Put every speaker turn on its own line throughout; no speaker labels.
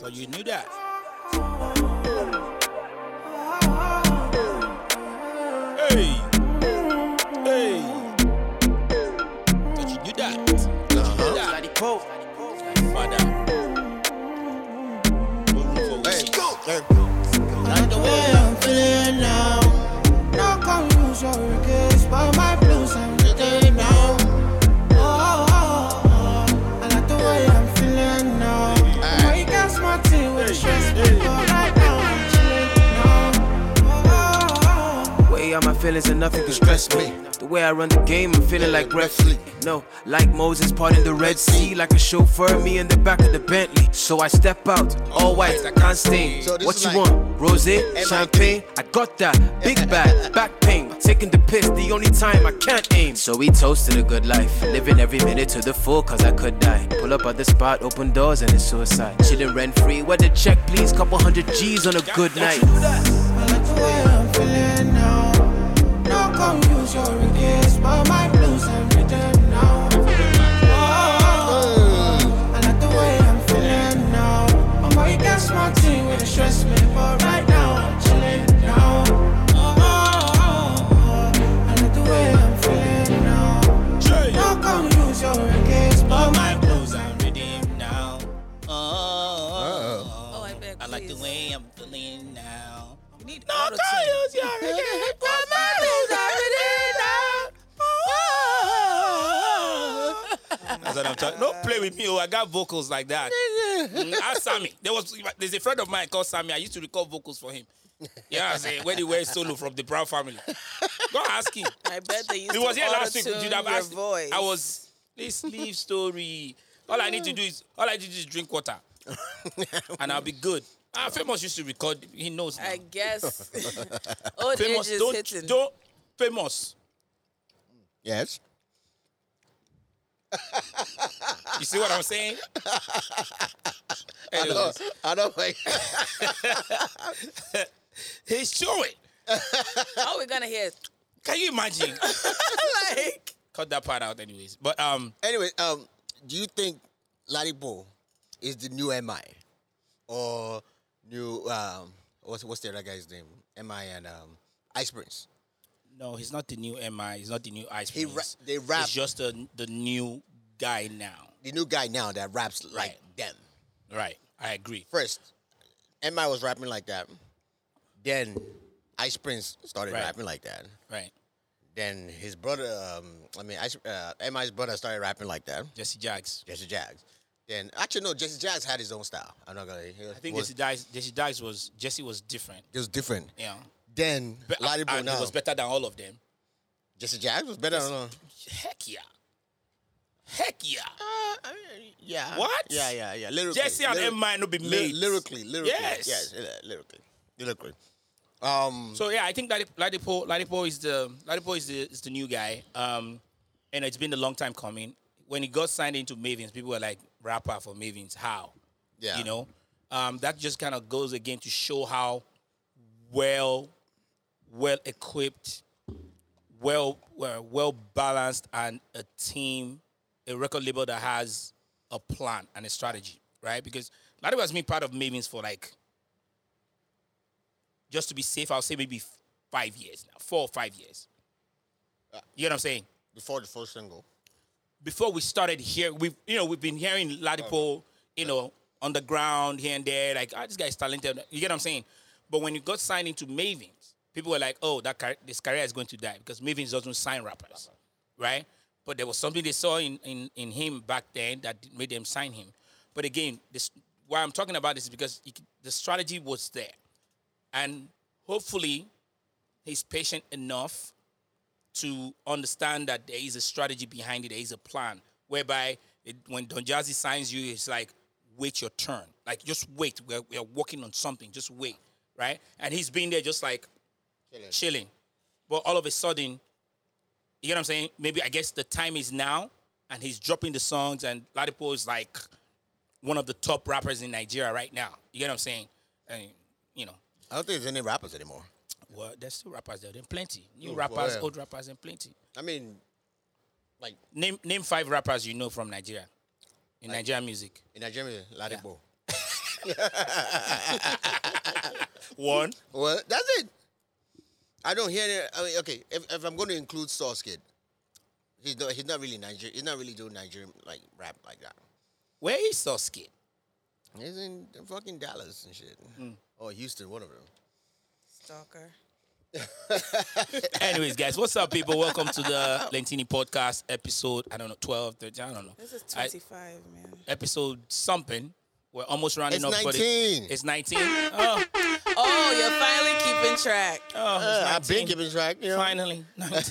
But you knew that. Hey. Hey. But you knew that. But you knew that.
Study quote.
Father.
Hey, go. Hey.
Like the way I'm feeling now. Not confusion, regrets, but my blues I'm getting now. Oh, oh, oh. I like the way I'm feeling now. Boy, you got smart tea with the stress, but right now I'm chilling now. Oh, oh, oh.
Way out my feelings and nothing can stress me. The way I run the game, I'm feeling like referee. No, like Moses parting the Red Sea, like a chauffeur, me in the back of the Bentley. So I step out, all white, I can't stain.
So this
what
is
you
like-
want? Rosé, champagne? I got that. Big bag, back pain, taking the piss, the only time I can't aim. So we toasted a good life, living every minute to the full, cause I could die. Pull up at the spot, open doors, and it's suicide. Chilling rent free, weather check, please, couple hundred G's on a good night.
I like the way I'm feeling now. No confusion, regrets, but my blues I'm getting now. Oh, oh, oh. I like the way I'm feeling now. My boy, you got smart tea with the stress, me, but right now I'm chilling now. Oh, oh, oh, oh. I like the way I'm feeling now.
Jay.
No confusion, regrets, but my
My blues are redeemed now. Oh.
Oh, I beg,
I like the
please.
way I'm feeling now.
You need
No,
auto-tune.
Kyle's your redeemed. My blues are redeemed now. Oh. That's what I'm talking. Don't play with me. Oh, I got vocals like that. Mm, Ask Sammy. There was there's a friend of mine called Sammy. I used to record vocals for him. Yeah, I say when he wears solo from the Brown family. Go ask him.
I bet they used
It was
to
here last week.
auto-tune
You'd have
your
asked.
voice.
I was. Let's leave story. All I need to do is all I need to do is drink water, and I'll be good. Ah, famous used to record. He knows. Now.
I guess. Old
famous,
age is
don't
hitting.
don't famous.
Yes.
You see what I'm saying?
I know.
Anyways,
I know. Like,
he's showing.
All we're gonna hear is
Can you imagine?
like
Cut that part out, anyways. But um,
anyway, um, do you think Ladipo is the new MI or new um what's what's the other guy's name? MI and um Ice Prince.
no, he's not the new MI. He's not the new Ice
He
Prince.
ra- they rap-
He's just the the new guy now.
The new guy now that raps like them.
Right. I agree.
First, MI was rapping like that. Then Ice Prince started
Right.
rapping like that.
Right.
Then his brother, um, I mean, Ice, uh, MI's brother started rapping like that.
Jesse Jags.
Jesse Jags. Then actually no, Jesse Jags had his own style. I'm not gonna. He was,
I think
was,
Jesse Jags. Jesse Jags was Jesse was different.
it was different.
Yeah.
Then
But-
Ladipo
and he
now.
was better than all of them.
Jesse Jags was better. than uh,
Heck yeah. Heck yeah.
I mean, yeah.
What?
Yeah, yeah, yeah. Lyrically,
Jesse and
lyric-
MI no be
ly-
made.
lyrically, lyrically.
Yes.
yes, yeah, lyrically, lyrically. Um,
So yeah, I think Ladi- Ladipo Ladipo is the Ladipo is the is the new guy. Um, and it's been a long time coming. When he got signed into Mavens, people were like, "Rapper for Mavens? How?"
Yeah.
You know, um, that just kind of goes again to show how well, well equipped, well well well balanced, and a team, a record label that has a plan and a strategy, right? Because Ladipo has been part of Mavens for like just to be safe, I'll say maybe f- five years now, four or five years. You know what I'm saying?
before the first single,
Before we started here, we've you know we've been hearing Ladipo, you know, on the ground here and there, like oh, this guy's talented. You get what I'm saying? But when you got signed into Mavens, people were like, oh, that car- this career is going to die because Mavens doesn't sign rappers, right? But there was something they saw in in, in him back then that made them sign him. But again, this why I'm talking about this is because it, the strategy was there, and hopefully he's patient enough to understand that there is a strategy behind it, there is a plan, whereby it, when Don Jazzy signs you, it's like, wait your turn. Like, just wait. We're, we're working on something. Just wait, right? And he's been there just like chilling. But all of a sudden, you know what I'm saying? Maybe I guess the time is now, and he's dropping the songs, and Ladipo is like one of the top rappers in Nigeria right now. You get what I'm saying? And, you know,
I don't think there's any rappers anymore.
well, there's still rappers there. There are plenty. New
Oh,
rappers,
well.
old rappers, and plenty.
I mean, like
Name name five rappers you know from Nigeria. In Nigerian music.
in Nigeria, Ladipo.
One.
Well, that's it. I don't hear it. I mean, okay, if, if I'm going to include Source Kid, he's not he's not really Nigerian. He's not really doing Nigerian like rap like that.
Where is Soski?
He's in fucking Dallas and shit.
Mm.
Or Houston, one of them.
Stalker.
Anyways, guys, what's up, people? Welcome to the Lentini Podcast episode, I don't know, 12, 13, I don't know.
This is
I-
25, man.
episode something. We're almost rounding
It's
up for the.
19.
It's 19. Oh,
Oh, you're finally keeping track.
oh,
Uh, I've
it's 19.
been giving track. You know?
Finally. 19.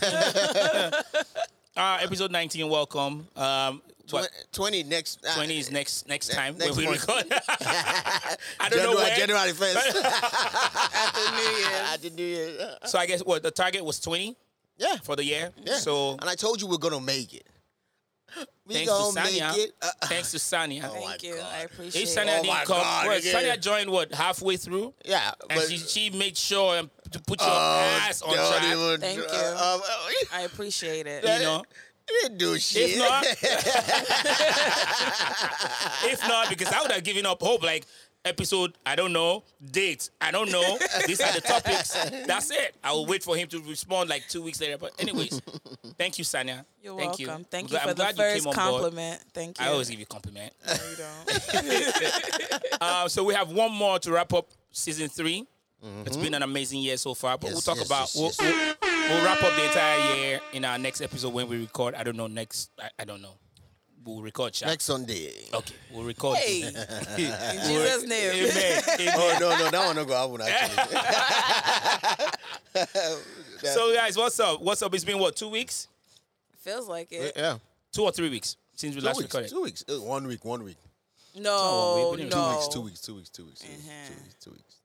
uh, episode 19, welcome. Um, what,
Twen- 20 next. uh,
20 is next next time
next
when we
month.
record. I don't know
January,
where.
January 1st.
New
After New Year's. Uh,
So I guess what the target was 20
Yeah.
for the year.
yeah.
So
And I told you we're going to make it. We
thanks to
gonna make
Sanya.
it. Uh, uh,
Thanks to Sanya.
Oh, my
Thank you.
God.
I
If
appreciate
Sanya
it.
Oh my
didn't come,
God,
well,
again.
Sanya joined what halfway through,
yeah.
and
but-
she, she made sure and p- to put your
Oh,
ass on
don't
track.
even-
Thank you.
uh, um,
I appreciate it.
You know,
You didn't do shit.
if not, if not, because I would have given up hope. Like episode, I don't know, date, I don't know. These are the topics. That's it. I will wait for him to respond like two weeks later. But anyways, thank you, Sanya.
You're
thank
welcome.
You.
Thank
I'm
you
glad-
for
I'm
the
glad you came
first
on board.
compliment. Thank you.
I always give you compliment.
No, you don't.
Uh, so we have one more to wrap up season 3 It's been an amazing year so far, but
Mm-hmm. Yes,
we'll talk
yes,
about
yes,
we'll,
yes.
We'll, we'll wrap up the entire year in our next episode when we record. I don't know next. I, I don't know. We'll record. Sha.
Next Sunday.
Okay, we'll record.
Hey,
Amen.
in Jesus' name.
Amen.
Oh, no, no, that one don't go happen, actually.
So guys, what's up? What's up? It's been what two weeks,
Feels like it.
yeah.
two or three weeks since we last
two weeks,
recorded.
Two weeks. Uh, one week. One week.
No,
we- we didn't-
no.
Two weeks. Two weeks. Two weeks. Two weeks. Two weeks. Two
Mhm.
weeks. Two weeks.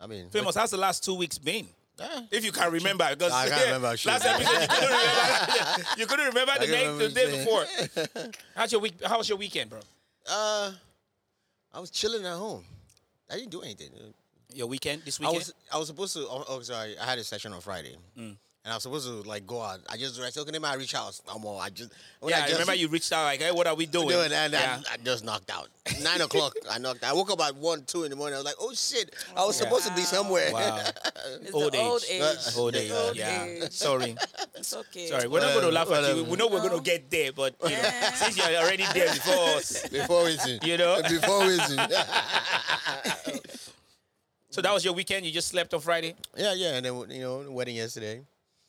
I mean,
Famous. How's the last two weeks been?
Yeah.
If you can remember, because
I can't remember,
last
shit.
episode you couldn't remember. you couldn't remember the
can't
day
remember
the day before.
shit.
How's your week? How was your weekend, bro?
Uh, I was chilling at home. I didn't do anything.
Your weekend this
I
weekend? Mm.
was I was supposed to. Oh, oh, sorry. I had a session on Friday, and I was supposed to like go out. I just I said, okay, I reach out. No more. I just when
yeah, I
just,
remember you reached out like, "Hey, what are we doing?"
doing, and
yeah.
I, I just knocked out. Nine o'clock. I knocked. I woke up at one, two in the morning. I was like, oh shit, I was
Yeah.
supposed to be somewhere.
wow,
It's
old
the old
age. Uh,
age.
old age.
Old
yeah,
age.
sorry,
It's okay.
sorry. We're not going to laugh at you.
Whatever.
We know we're going to get there, but you know, since you're already there before us,
Before Winston.
You know?
Before Winston.
so that was your weekend. You just slept on Friday.
yeah, yeah. And then, you know, the wedding yesterday.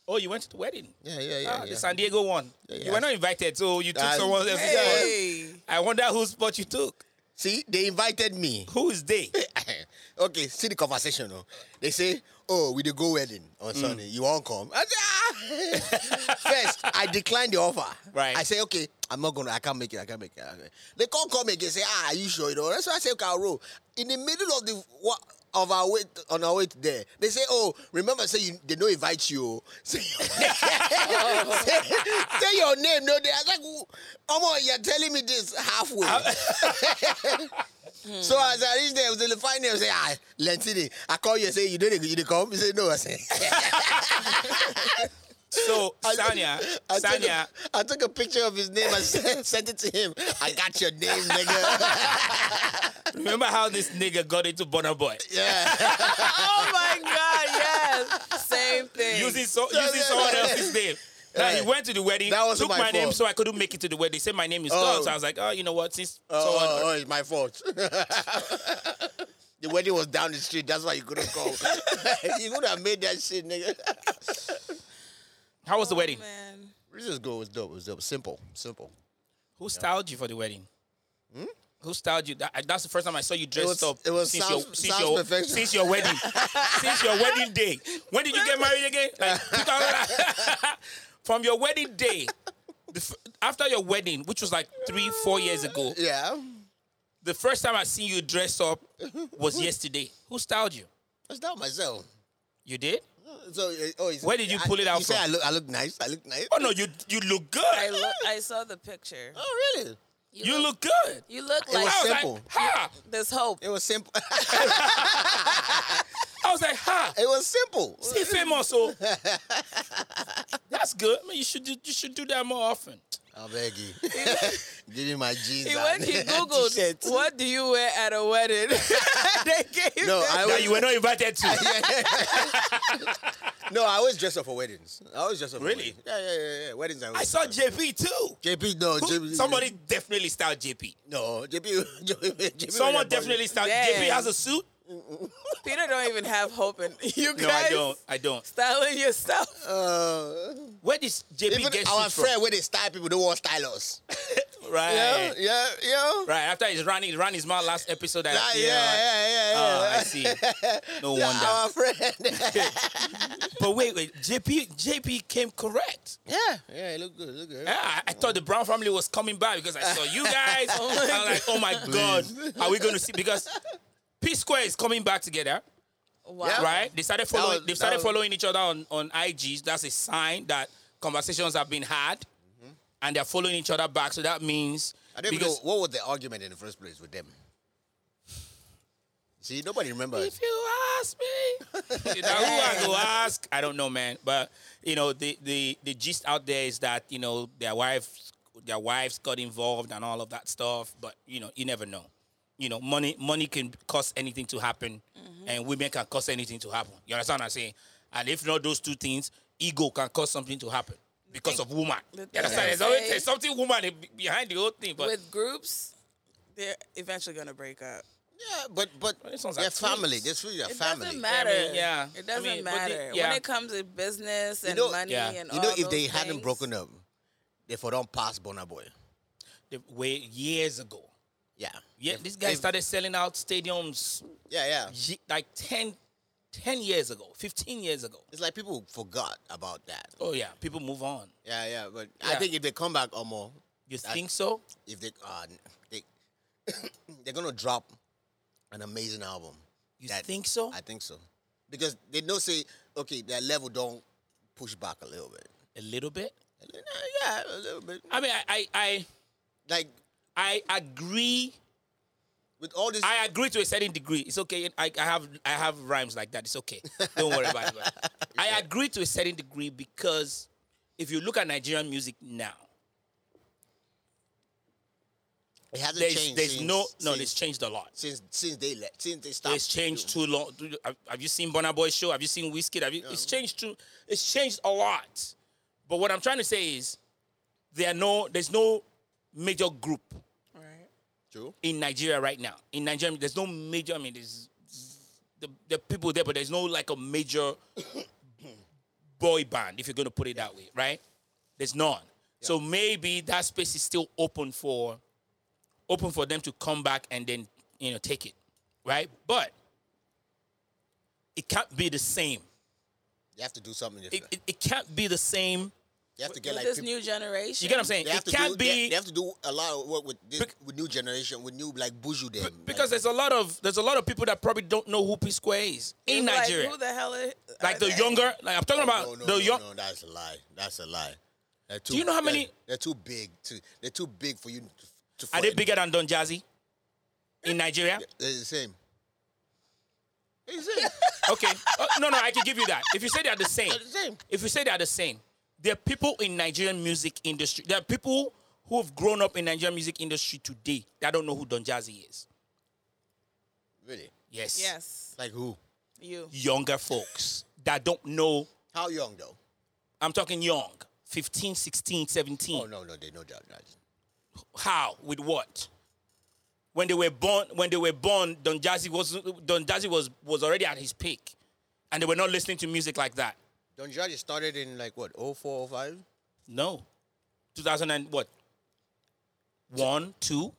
Oh, you went to the wedding.
Yeah, yeah, yeah.
Ah,
yeah.
The San Diego one. You
yeah.
were not invited, so you took
Ah,
someone else's spot.
Hey.
I wonder whose spot you took.
See, they invited me.
Who is they?
okay, see the conversation. Oh. They say, oh, we did go wedding on Sunday. You won't come. I say, ah. First, I declined the offer.
Right.
I say, okay, I'm not going to, I can't make it, I can't make it. I can't make it." They can't come again say, ah, are you sure? You know? That's why I say, okay, I'll roll. In the middle of the, wa- of our way, on our way to there, they say, oh, remember, say you, they don't invite you. oh." Say, say, say your name. No, they, I was like, "Who- Omo, you're telling me this halfway. So as I reached there, I was in the final. I say, ah, Lentini, I call you and say, you didn't, you didn't come? You say, no. I say,
So Sanya,
I took,
Sanya,
a, I took a picture of his name and sent sent it to him. I got your name, nigga.
remember how this nigga got into Bonner Boy?
yeah.
Oh my God, yes. Same thing.
using so using someone else's name. Now he
Right.
went to the wedding,
That wasn't
took my,
my
name,
fault.
so I couldn't make it to the wedding. They said my name is
Oh.
gone, so I was like, oh, you know what? Since
Oh,
someone,
oh, it's my fault. the wedding was down the street. That's why you couldn't come. you could have made that shit, nigga.
how was the wedding?
Oh, Man.
This is good. It was dope. It was dope. Simple. Simple.
Who styled you for the wedding? Who styled you? That- that's the first time I saw you dressed
was-
up
Hmm? it was
since
Sam's-
your since
Sam's
your
perfection.
since your wedding since your wedding day. When did you get married again? Like 2000 from your wedding day. the f- After your wedding, which was like three, four years ago,
Yeah.
the first time I seen you dress up was yesterday. Who styled you?
That's not myself.
You did?
So, uh, oh, it's-
Where did you
I-
pull it out
You say
from?
I look, I look nice. I look nice.
Oh no, you you look good.
I, lo- I saw the picture.
Oh, really?
you look good.
You look
I
like
was
was
simple.
like, ha.
there's hope.
It was simple.
I was like, ha.
it was simple.
He famous, so that's good. Man, you should do, you should do that more often.
I beg you. Give me my jeans.
He
and
went, he
t-shirt.
Googled, what do you wear at a wedding? they gave
No,
him-
I
that
always,
you were not invited to.
no, I always dress up for weddings. I always dress up.
Really?
For weddings. Yeah, yeah, yeah, yeah. Weddings.
I
always
saw JP too.
JP. No,
Who-
JP.
somebody definitely styled JP.
No, JP. JP
Someone definitely styled.
Damn.
JP has a suit.
Peter don't even have hope in you guys.
No, I don't. I don't.
Styling yourself.
Uh,
Where does JP
even
get
our
suits from?
friend, where they style people, don't want stylers.
Right.
Yeah, yeah, yeah.
Right. After he's running, ran his mouth last episode. I,
Yeah, yeah, yeah, yeah.
Oh, I
yeah.
see. No
Yeah,
wonder.
Our friend.
But wait, wait. JP, JP came correct.
yeah, yeah. Look good. Look good.
Yeah, I, I thought the Brown family was coming by because I saw you guys. I'm like, oh my god, are we going to see? Because P Square is coming back together,
Wow.
Yeah.
right? They started following.
was-
they started
that was-
following each other on on IG. That's a sign that conversations have been had, and they're following each other back. So that means
Mm-hmm. I don't even know what was the argument in the first place with them. See, nobody remembers.
If you ask me, you know, who I go ask? I don't know, man. But you know, the the the gist out there is that you know their wives their wives got involved and all of that stuff. But you know, you never know. You know, money money can cause anything to happen,
Mm-hmm.
and women can cause anything to happen. You understand what I'm saying? And if not those two things, ego can cause something to happen because of woman. You
the thing
understand?
I
There's always
say-
there's something woman be- behind the whole thing. But
With groups, they're eventually gonna break up.
Yeah, but but
Well, it sounds
they're
like
family.
twins.
They're really a
It
family.
doesn't matter.
yeah. I
It doesn't
mean, but
matter.
they- yeah.
When it comes to business and
know-
money
Yeah.
and
You
all
know, if
those
they hadn't
things,
broken up, they for don't pass Bonner Boy.
the way years ago,
Yeah.
yeah,
If-
this guy
if-
started selling out stadiums
Yeah, yeah.
ye- like 10, 10 years ago, 15 years ago.
It's like people forgot about that.
Oh, yeah. People move on.
Yeah, yeah. But I
Yeah.
think if they come back or more,
You
I-
think so?
if they uh, they they're gonna drop an amazing album.
You
That-
think so?
I think so, because they know say okay, their level don't push back a little bit.
A little bit?
Yeah, a little bit.
I mean, I, I,
Like
I, I agree.
with all this.
I agree to a certain degree. It's okay. I, I have I have rhymes like that. It's okay. Don't worry about it. man. I agree to a certain degree because if you look at Nigerian music now,
it hasn't
there's,
changed.
there's
since,
no no,
since,
it's changed a lot.
since since they left since they stopped.
It's changed too long. Do you- Have, have you seen Bonner Boy show? Have you seen Whiskey? Have you, It's changed too. It's changed a lot. But what I'm trying to say is, there are no. There's no major group
Right.
True.
in Nigeria right now. In Nigeria, there's no major. I mean, there's the, the people there, but there's no like a major boy band, if you're going to put it that way, right? There's none. So maybe that space is still open for open for them to come back and then you know take it, right? But it can't be the same.
You have to do something
It,
different.
it, it can't be the same.
you have to get
With
like
this
peop-
new generation.
You get what I'm saying?
They have
It
to
can't
do, they-
be
They, have to do a lot of work with this,
Bec-
with new generation, with new like buju them.
because
like,
there's a lot of there's a lot of people that probably don't know who P Square is in
Like,
Nigeria.
who the hell is
like
are
the
they?
younger. Like I'm talking about
no, no,
the
no,
young.
no, that's a lie. That's a lie. They're too,
you know how many-
They're, they're too big. To, they're too big for you. To, to
Are they bigger than Don Jazzy in Nigeria?
They're the same. They're the same.
Okay, Uh, no, no, I can give you that. If you say they are the same,
They're the same.
if you say they are the same, there are people in Nigerian music industry. There are people who have grown up in Nigerian music industry today that don't know who Don Jazzy is.
Really?
Yes.
Yes.
Like who?
You.
Younger folks that don't know.
How young though?
I'm talking young, 15, 16, 17.
Oh no, no, they know that. that-
How? With what? When they were born, when they were born, Don Jazzy was Don Jazzy was was already at his peak, and they were not listening to music like that.
Don Jazzy started in like what? 04, 05?
No, 2000 and what? One, two,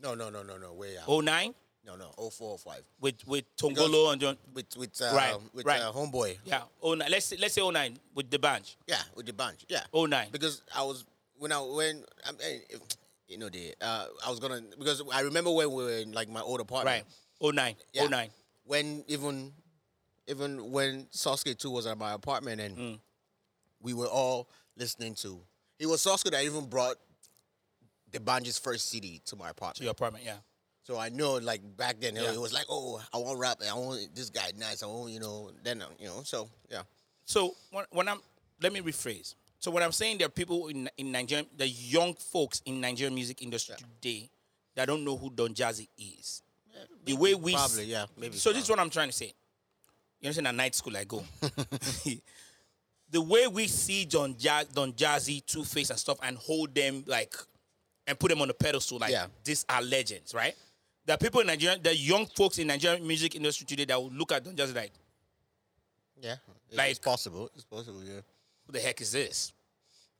No, no, no, no, no. Way out.
oh nine
No, no. 04, 05.
with with
Because-
Tongolo and John.
With with uh,
Right,
with
right.
Uh, homeboy.
Yeah, oh nine. Let's say, let's say oh nine with the band.
Yeah, with the bunch. Yeah.
Oh nine.
Because I was when I when I mean, if- you know the uh, I was gonna because I remember when we were in like my old apartment.
Right. Oh nine.
Yeah.
Oh nine.
When even even when Sasuke two was at my apartment and
Mm.
we were all listening to it was Sasuke that even brought the Banji's first CD to my apartment.
To your apartment. Yeah.
So I know, like back then,
Yeah.
it was like, oh, I want rap, I want this guy nice, I want you know, then uh, you know, so yeah,
So when, when I'm, let me rephrase. So what I'm saying, there are people in in Nigeria, the young folks in Nigerian music industry today that don't know who Don Jazzy is. the way we s-
probably, yeah, maybe,
So this is what I'm trying to say. You understand? At night school, I go. the way we see Don, ja- Don Jazzy, Two Face, and stuff, and hold them like, and put them on a pedestal, like
Yeah.
these are legends, right? There are people in Nigeria, the young folks in Nigerian music industry today that will look at Don Jazzy like,
Yeah, It-
Like-
it's possible. It's possible. Yeah,
who the heck is this?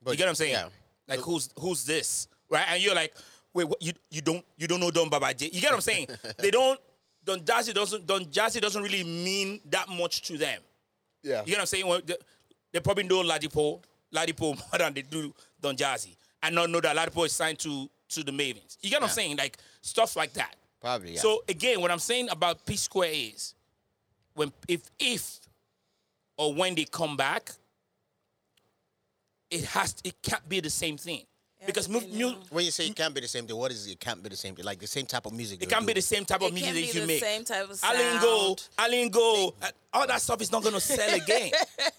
but
you get what I'm saying?
Yeah,
Like who's who's this? Right? And you're like, wait, what, you you don't you don't know Don Baba J. You get what I'm saying? they don't Don Jazzy doesn't Don Jazzy doesn't really mean that much to them.
yeah.
You get what I'm saying? Well, they, they probably know Ladipo, Ladipo more than they do Don Jazzy. And not know that Ladipo is signed to to the Mavens. You get what I'm
Yeah.
saying? Like stuff like that.
Probably, yeah.
So again, what I'm saying about P Square is when if if or when they come back, it has it can't be the same thing. because mu- mu-
When you say it can't be the same thing, what is it? Can't be the same thing. Like the same type of music.
it can't be the same type of
It
music
can't
that
be
you
the
make.
same type of
Alingo,
sound.
Alingo, uh, all that stuff is not gonna sell again.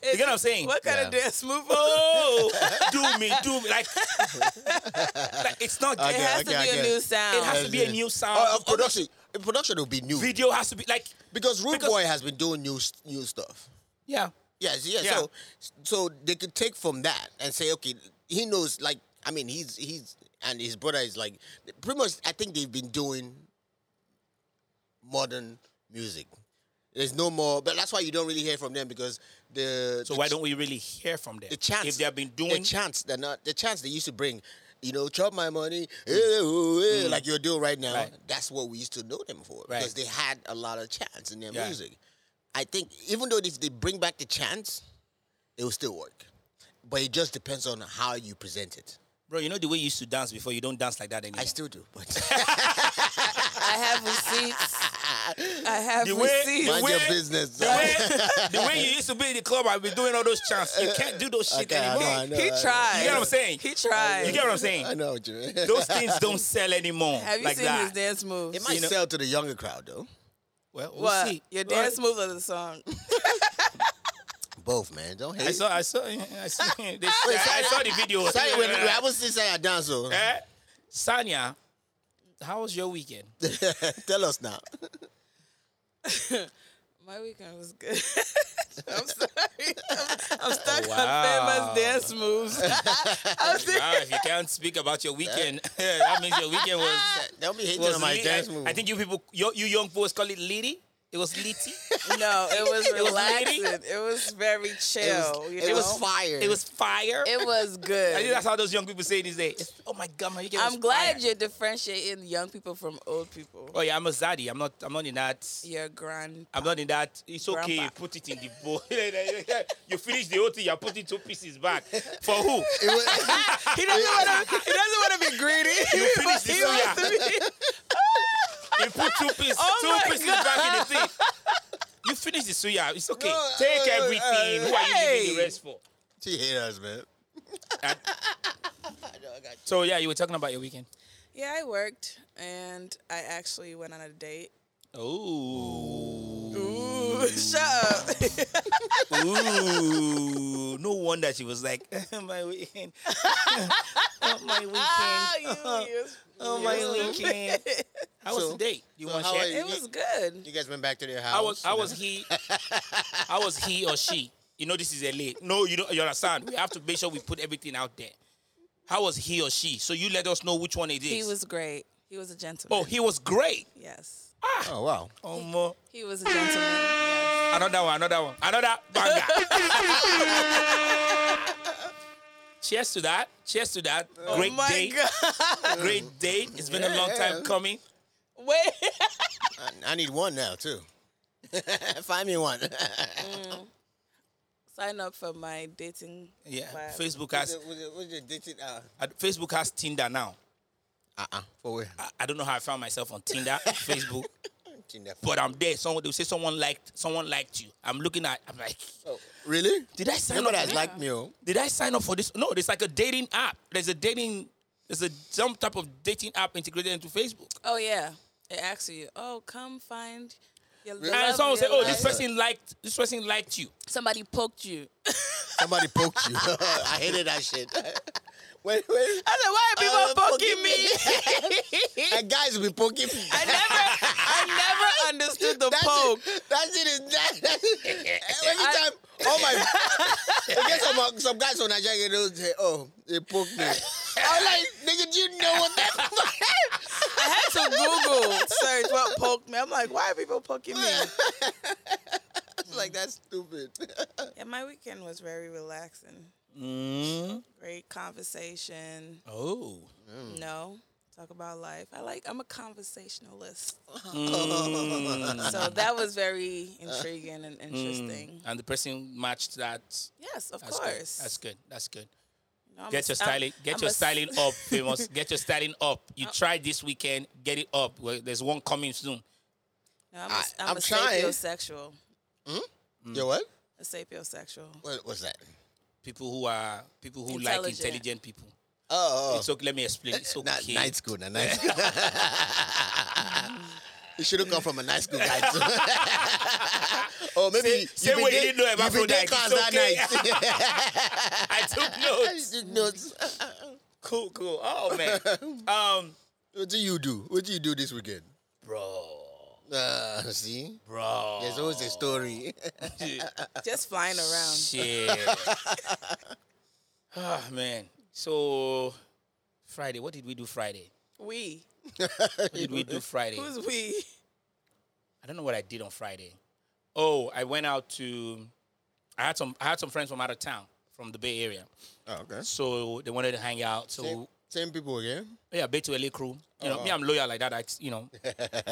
you get what I'm saying?
What kind of
Yeah.
dance move?
oh, do me, do me. Like, like, it's not.
It has
okay,
to be
okay.
a new sound.
It has to be a new sound.
Oh, of production. uh, Production will be new
Video has to be like.
because Rude
because-
Boy has been doing new s- new stuff.
Yeah.
Yes, yeah,
Yeah.
So, so they could take from that and say, okay, he knows. Like, I mean, he's he's and his brother is like pretty much. I think they've been doing modern music. There's no more, but that's why you don't really hear from them because the
So why don't we really hear from them?
the chance
if they have been
the
doing
chance they're not the chance they used to bring. You know, chop my money, eh, oh, eh, like you're doing right now.
Mm. Right.
That's what we used to know them for
Right.
because they had a lot of chance in their
Yeah.
music. I think even though if they bring back the chance, it will still work. But it just depends on how you present it.
Bro, you know the way you used to dance before, you don't dance like that anymore.
I still do, but
I have receipts. I have
The way-
receipts.
mind
way-
your business.
the, way, the way you used to be in the club, I've been doing all those chants. You can't do those shit
Okay, I know,
anymore.
I know.
he tried.
You get what I'm saying?
He tried.
You get what I'm saying?
I know what you mean.
Those things don't sell anymore.
have you
like
seen
that.
his dance moves?
It might
You know-
sell to the younger crowd though.
Well, we'll
what?
see.
Your
Well,
dance moves or the song?
Both man, don't hate.
I saw, I saw, I saw, they- I saw the video.
Sorry, we, we haven't seen Saya dance, so
Eh? Sanya, how was your weekend?
tell us now.
My weekend was good. I'm sorry. I'm, I'm stuck on famous dance moves. I'm still-
Ah, if you can't speak about your weekend, that means your weekend was.
Don't be hating
was
on my
lit.
dance
I,
move.
I think you people, you, you young folks call it litty. It was litty.
no, it was
It was
relaxing.
lady?
It was very chill.
It was,
you
it was
know?
fire.
it was fire.
It was
I think
good.
that's how those young people say these days. It's- oh my god, my weekend was
I'm glad
fire.
you're differentiating young people from old people.
Oh yeah, I'm a zaddy. I'm not. I'm not in that.
Your grand.
I'm not in that. It's okay.
Grandpa.
Put it in the bowl. you finish the whole thing. You put it two pieces back. For who?
It was-
He doesn't want to. He doesn't want to be greedy.
You finish
but
the
he wants
suya.
to be.
You put two pieces.
Oh my
two pieces back in the thing. You finish the suya. It's okay.
No,
Take
uh,
everything. who are you leaving the
hey.
rest for?
she hate us, man.
So yeah, you were talking about your weekend.
Yeah, I worked, and I actually went on a date.
Oh.
Ooh, shut up.
Ooh, no wonder she was like, my weekend, oh, my weekend,
Oh, you- you-
oh my weekend. How was
So-
the date? You
so
want
how
to
are
share?
you? Oh,
It was good.
You guys went back to their house.
I was, I was he, I was he or she. You know, this is LA. No, you don't. You understand? We have to make sure we put everything out there. How was he or she? So you let us know which one it is.
He was great. He was a gentleman.
Oh, he was great.
yes.
Oh wow.
Oh, more.
He was a gentleman. Yes.
Another one, another one, another banger. Cheers to that. Cheers to that. Great
oh my
date.
God.
Great date. It's been a long time
Yeah.
coming.
Wait.
I, I need one now too. Find me one.
Sign up for my dating.
Yeah.
Wow.
Facebook has
What's your dating? Uh
uh, Facebook has Tinder now.
uh. For where?
I, I don't know how I found myself on Tinder, Facebook,
Tinder.
but I'm there. Someone they will say someone liked someone liked you. I'm looking at. I'm like,
Oh, really?
did I sign up?
Nobody
For
has
this?
liked me. Oh.
Did I sign up for this? No, it's like a dating app. There's a dating. There's a some type of dating app integrated into Facebook.
Oh yeah. It asks you. Oh, come find. Your
And
love
And
of
someone will say,
your
"Oh, this
life."
person liked. This person liked you."
Somebody poked you.
Somebody poked you. I hated that shit. When, when
I said, why are people
Uh,
Oh, poking
poking
me?
and guys will be poking me.
I never, I never understood the
That's
poke.
It, that shit is that. That's it. Every
I-
time, all my. I guess some, some guys from Nigeria they don't say, "Oh, they poked me." I'm like, nigga, do you know what that?
I had to Google search what poked me. I'm like, why are people poking me?
like that's stupid.
Yeah, my weekend was very relaxing. Great conversation.
Oh.
No, talk about life. I like. I'm a conversationalist, so that was very intriguing and interesting.
And the person matched that.
Yes, of
That's good.
course.
That's good. That's good.
You know, I'm
Get
a-
your styling.
I'm-
Get
I'm
your
a-
styling up, famous. Get your styling up. You tried this weekend. Get it up. Well, there's one coming soon.
No, I'm, a,
I-
I'm
I'm
a
trying.
sapiosexual.
Mm.
You what?
A sapiosexual.
What was that?
People who are people who like
Intelligent.
intelligent people.
Oh, oh.
It's okay. Let me explain. It's
Na-
okay.
night school, na night school. You should have come from a night school guy too. or maybe
Say-
you
say
been
what you
there-
didn't know about
you been there
Prodac.
class
It's okay.
that
I took notes.
night. Notes.
cool, cool. Oh man. Um,
What do you do? What do you do this weekend?
bro,
Uh, see,
bro.
there's always a story.
Just flying around.
Shit. oh man. So Friday. What did we do Friday?
We.
What did we do Friday?
Who's we?
I don't know what I did on Friday. Oh, I went out to. I had some. I had some friends from out of town, from the Bay Area.
oh, okay.
So they wanted to hang out. So
Same, same people again.
yeah, Bay to LA crew. You know, me, I'm loyal like that. I, you know.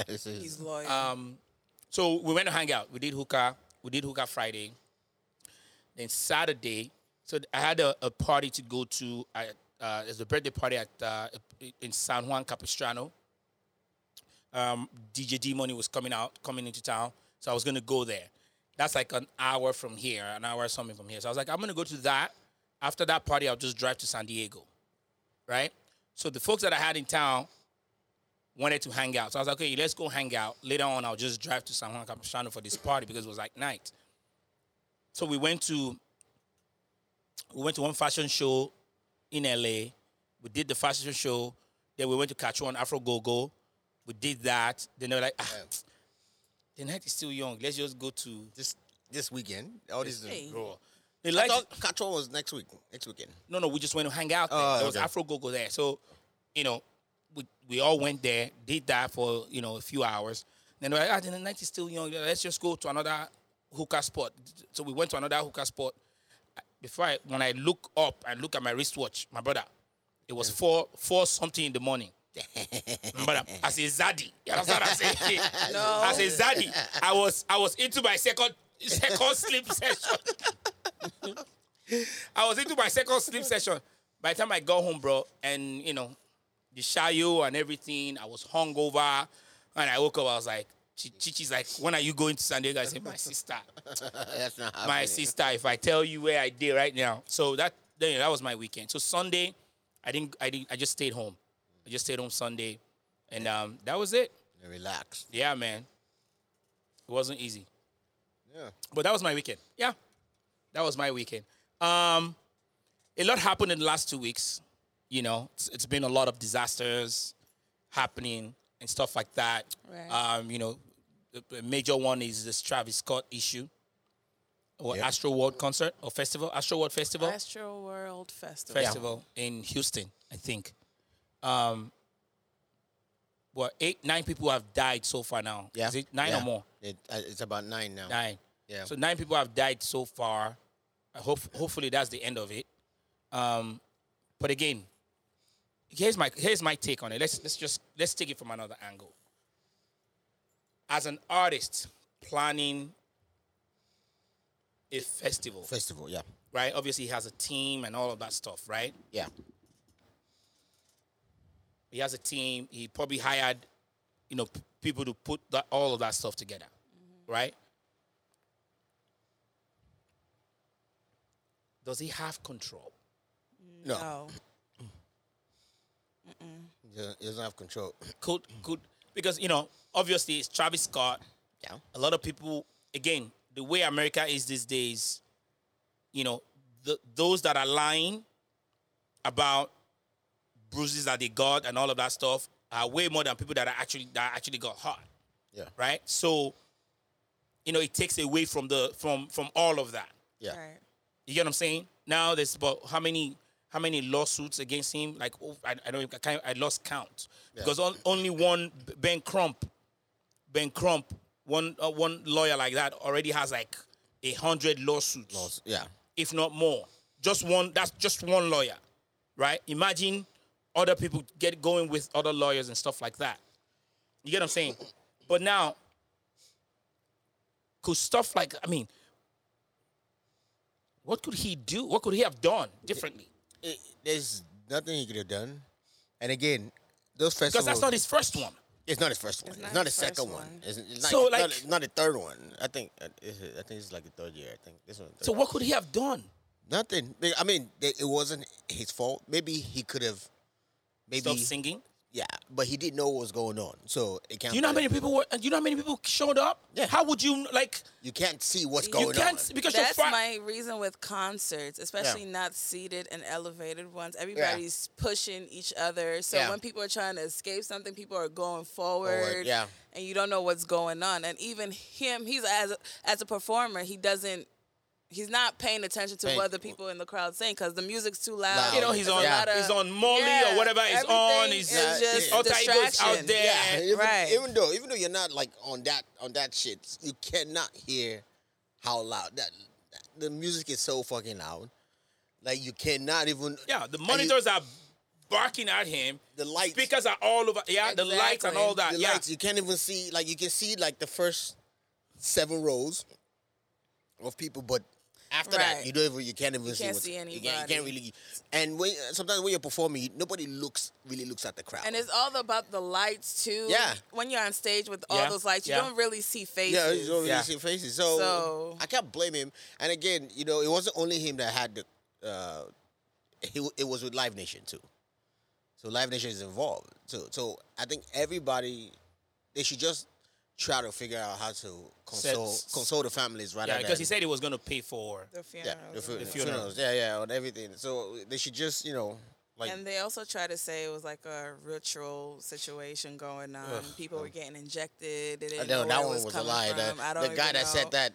This is-
He's loyal.
Um, so we went to hang out. We did hookah. We did hookah Friday. Then Saturday, so I had a, a party to go to. I, uh, it's a birthday party at uh, in San Juan Capistrano. Um, DJ D Money was coming out, coming into town, so I was gonna go there. That's like an hour from here, an hour or something from here. So I was like, I'm gonna go to that. After that party, I'll just drive to San Diego, right? So the folks that I had in town, wanted to hang out. So I was like, okay, let's go hang out. Later on, I'll just drive to San Juan Capistrano for this party because it was like night. So we went to we went to one fashion show in LA. We did the fashion show. Then we went to catch one Afro Go Go. We did that. Then they were like, ah, the night is still young. Let's just go to
this this weekend. All uh, this.
Hey.
Raw. They
I
liked
thought Catron was next week. Next weekend.
no, no, we just went to hang out. There.
Oh,
there was
okay.
Afro Gogo there, so you know, we we all went there, did that for you know a few hours. Then they're like, ah, the night is still young. Let's just go to another hookah spot. So we went to another hookah spot. Before I, when I look up and look at my wristwatch, my brother, it
Mm.
was four four something in the morning. My brother, I say Zaddy. You understand what I'm saying?
No.
I say Zaddy. I was I was into my second second sleep session. I was into my second sleep session. By the time I got home, bro, and you know, the shayo and everything, I was hungover. And I woke up, I was like, Chi- Chichi's like, when are you going to San Diego? I said, my sister,
That's not happening.
my sister, if I tell you where I did right now. So that then, that was my weekend. So Sunday, I didn't, I didn't, I just stayed home. I just stayed home Sunday. And um, that was it.
Relax.
Yeah, man. It wasn't easy.
Yeah.
But that was my weekend. Yeah. That was my weekend. Um, a lot happened in the last two weeks. You know, it's, it's been a lot of disasters happening and stuff like that.
Right.
Um, you know, the- the major one is this Travis Scott issue or
Yeah.
Astro World concert or festival, Astro World Festival
Astro World Festival.
festival in Houston, I think. Um, well, eight, nine people have died so far now.
Yeah.
Is it nine
Yeah.
or more?
It, uh, it's about nine now.
Nine.
Yeah.
So nine people have died so far. I hope hopefully that's the end of it. Um, but again, here's my here's my take on it. Let's let's just let's take it from another angle. As an artist planning a festival,
Festival. Yeah.
right? Obviously, he has a team and all of that stuff, right?
Yeah.
He has a team. He probably hired, you know, p- people to put that, all of that stuff together, right? Does he have control?
No.
No.
He doesn't- he doesn't have control.
Could could because you know obviously it's Travis Scott.
Yeah.
A lot of people again the way America is these days, you know, the, those that are lying about bruises that they got and all of that stuff are way more than people that are actually that actually got hurt,
Yeah.
right? So, you know, it takes away from the from from all of that.
Yeah.
Right.
You get what I'm saying? Now there's about how many how many lawsuits against him? Like oh, I, I don't I can't, I lost count because on, only one Ben Crump, Ben Crump, one uh, one lawyer like that already has like a hundred lawsuits,
Laws- Yeah.
if not more. Just one. That's just one lawyer, right? Imagine other people get going with other lawyers and stuff like that. You get what I'm saying? But now, could stuff like I mean, what could he do? What could he have done differently?
It- there's nothing he could have done. And again, those festivals.
Because that's not his first one.
It's not his first one. It's not, his
first
second one.
one.
It's, it's not,
So,
it's not,
like-
it's not the third one. I think. uh, It's, I think it's like the third year. I think this one.
So what could he have done?
Nothing. I mean, th- it wasn't his fault. Maybe he could have. Maybe.
Stop singing.
Yeah, but he didn't know what was going on, so it can't.
Do you know how
be-
many people were? Do you know how many people showed up?
Yeah.
How would you like?
You can't see what's going
You can't
on.
s- because
That's
you're far,
my reason with concerts, especially not seated and elevated ones. Everybody's pushing each other. So
Yeah.
when people are trying to escape something, people are going forward.
yeah.
And you don't know what's going on. And even him, he's as a, as a performer, he doesn't. He's not paying attention to
Paying-
what other people in the crowd saying because the music's too loud.
Loud.
You know, he's
There's a
on-
lot
he's on Molly or whatever is
everything
on,
Is
he's-
Yeah,
just
his alter
ego's out
distraction.
there.
Yeah, even,
Right.
Even though, even though you're not like on that on that shit, you cannot hear how loud that, that- the music is so fucking loud. Like you cannot even.
Yeah, the
and you-
monitors are barking at him.
The lights.
Speakers are all over. Yeah, the lights and
Exactly.
all that.
the
yeah.
lights. You can't even see. Like you can see like the first seven rows of people, but after that
Right.
you don't even you can't even see.
can't
what's-
see
You can't, you can't
anybody.
really. And when sometimes when you're performing, nobody looks really looks at the crowd.
And it's all about the lights too.
Yeah.
When you're on stage with all
Yeah,
those lights, you
yeah.
don't really see faces.
Yeah, you don't really
Yeah.
see faces. So,
So-
I can't blame him. And again, you know, it wasn't only him that had the. Uh, he, it was with Live Nation too. So Live Nation is involved too. So I think everybody, they should just try to figure out how to console
Sets.
console the families rather
Yeah,
than
because he said he was going to pay for.
The
yeah,
funerals.
the, fu-
The funeral.
funerals, yeah, yeah, on everything. So they should just you know like
And they also try to say it was like a ritual situation going on. People were getting injected. They
I
didn't
know
know
that
where it
one
was,
was a
coming
lie.
From. I
That,
don't
the guy
even
that said
know.
that,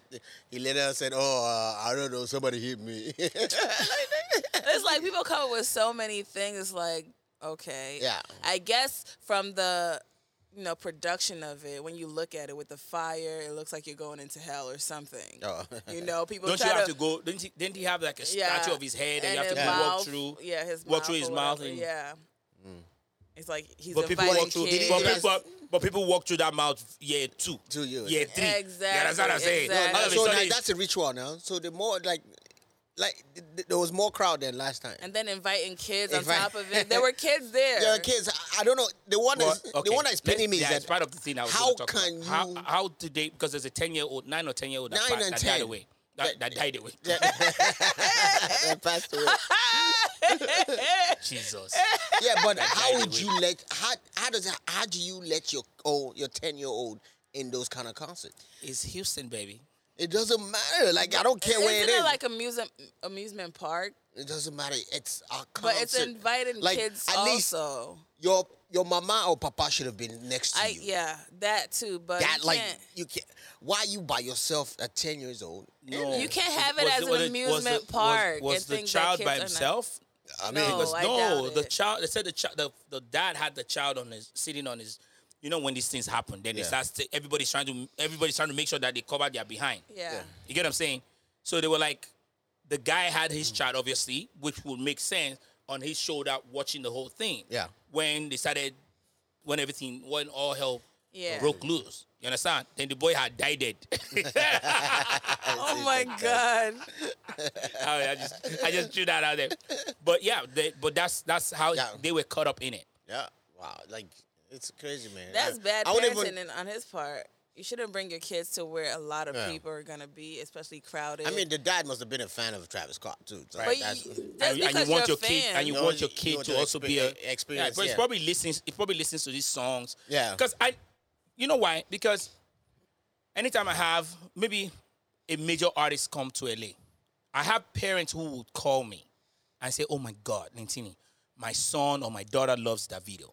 he later said, "Oh, uh, I don't know, somebody hit me."
It's like people come up with so many things. It's like, okay.
Yeah.
I guess from the you know production of it, when you look at it with the fire, it looks like you're going into hell or something.
Oh.
You know, people
Don't you
try
have
to
to go? Didn't he, didn't he have like a statue of his head that you have to
his
walk
mouth.
through?
Yeah, his
walk
mouth
through his
or
mouth
whatever,
and-
yeah. It's like he's
But people
inviting
walk through.
kids.
But
Yes.
people, but people walk through that mouth year two,
Two years.
year three. Yeah, that's what I'm
Exactly,
saying. All
exactly.
of a
Oh, so
sudden,
like, that's a ritual now. So the more like, like th- th- there was more crowd than last time.
and then inviting kids
Invite-
on top of it. There were kids there.
There are kids. I, I don't know. The one
Well,
that's the one that's pinning me
yeah,
is
it's
that
part of the thing I was
how
gonna talk
can
about. How-
you-
How, did they? Because there's a ten year old, nine or ten year old that,
Nine
passed-
and
that
10.
died away. That, that died away.
that passed away.
Jesus.
Yeah, but how
died
would
away.
you let how how does that- how do you let your oh your ten year old in those kind of concerts?
It's Houston, baby.
It doesn't matter. Like I don't care
Isn't
where
it
it is.
like amusement amusement park?
it doesn't matter. It's a concert.
But it's inviting
Like,
kids
at least
also.
your your mama or papa should have been next to
I
you.
yeah, that too. But
That
you
like
can't-
you can't. Why you by yourself at ten years old?
No.
You can't have it as an
Oh. was
amusement
was-
park
Was,
and
the
think that
child
kids
by
are not-
himself?
I mean,
No,
Because
I
no,
doubt
the
it.
child. They said the child, the, the dad had the child on his sitting on his. You know when these things happen, then
Yeah.
it starts. To, everybody's trying to everybody's trying to make sure that they cover their behind.
yeah.
You get what I'm saying? So they were like, the guy had his child, obviously, which would make sense on his shoulder watching the whole thing.
Yeah.
When they started, when everything, when all hell
Yeah.
broke loose. You understand? Then the boy had died dead.
Oh my god.
I, I just, I just threw that out there. But yeah, they, but that's that's how
Yeah.
they were caught up in it.
Yeah. Wow. Like it's crazy, man.
That's
I-
bad
I
parenting
wouldn't even-
and on his part. You shouldn't bring your kids to where a lot of
Yeah.
people are gonna be, especially crowded.
I mean, the dad must have been a fan of Travis Scott too. So
but you,
that's-
just
And, you- and
because
you want your
you're a fan,
kid, and you
You know,
want your
you
kid
want
to
to
also be
expe-
a
experience,
Yeah, but
yeah.
it probably listens. It probably listens to these songs.
Yeah.
Because I, you know why? Because anytime I have maybe a major artist come to LA, I have parents who would call me and say, "Oh my God, Nintini, my son or my daughter loves Davido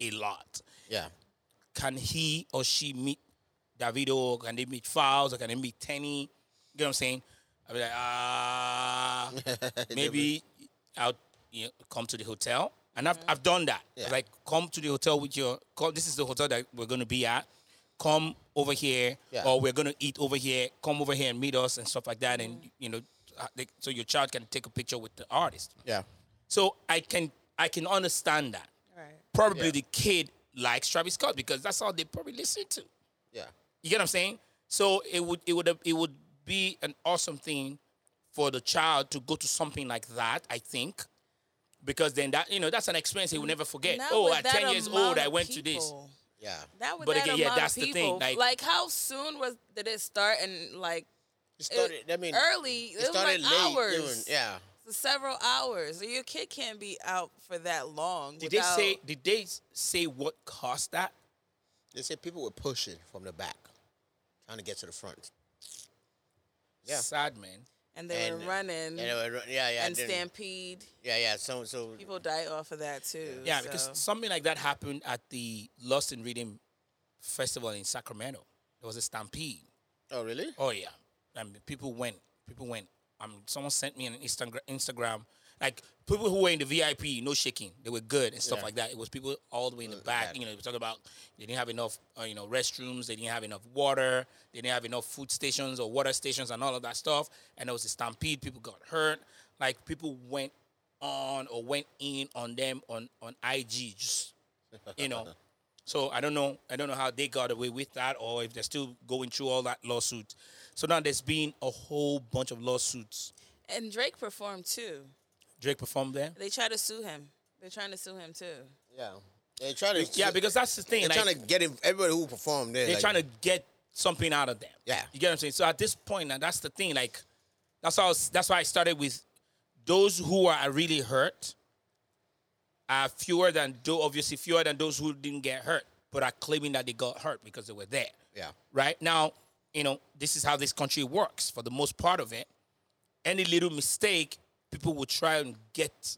a lot.
Yeah.
Can he or she meet Davido? Or can they meet Files? Or can they meet Tenny? You know what I'm saying? I'll be like, ah, maybe I'll you know, come to the hotel." And I've, I've done that. I was
Yeah.
Like, come to the hotel with your. Come, this is the hotel that we're going to be at. Come over here,
Yeah.
or we're going to eat over here. Come over here and meet us and stuff like that. And you know, uh, they, so your child can take a picture with the artist.
Yeah.
So I can I can understand that.
Right.
Probably
Yeah.
the kid likes Travis Scott because that's all they probably listen to.
Yeah.
You get what I'm saying? So it would it would it would be an awesome thing for the child to go to something like that. I think because then that you know that's an experience he will never forget.
Not
oh,
with
at
that
ten years
amount
old,
of
I went to this.
people.
Yeah.
Not with
But
that
again, yeah,
amount
that's
of
the thing,
people.
like-
Like, how soon was did it start? And like
It started. I mean,
early, it,
It
was like
started late.
hours.
even, yeah.
several hours. Your kid can't be out for that long.
Did
without-
they say? Did they say what caused that?
They said people were pushing from the back, trying to get to the front. Yeah.
Sad man.
And they
And-
were running Mm. and,
Yeah, they were- yeah, yeah. then-
stampede.
Yeah, yeah. So, so
People die off of that too.
Yeah,
so.
because something like that happened at the Lost in Rhythm festival in Sacramento. There was a stampede.
oh, really?
Oh yeah, I mean, people went. People went. Um, someone sent me an Instagram. Instagram like people who were in the VIP, no shaking. They were good and stuff
Yeah.
like that. It was people all the way in the back. You know, they were talking about they didn't have enough, uh, you know, restrooms. They didn't have enough water. They didn't have enough food stations or water stations and all of that stuff. And there was a stampede. People got hurt. Like people went on or went in on them on on IG. Just you know. So I don't know. I don't know how they got away with that, or if they're still going through all that lawsuit. So now there's been a whole bunch of lawsuits.
and Drake performed too.
Drake performed there.
They try to sue him. They're trying to sue him too.
Yeah. They trying to.
Yeah, because that's the thing.
they're
like,
trying to get in, everybody who performed there.
they're
like,
trying to get something out of them.
Yeah.
you get what I'm saying. So at this point, now that's the thing. Like, that's how. That's why I started with those who are really hurt are fewer than though obviously fewer than those who didn't get hurt, but are claiming that they got hurt because they were there.
Yeah.
right now you know this is how this country works for the most part of it any little mistake people will try and get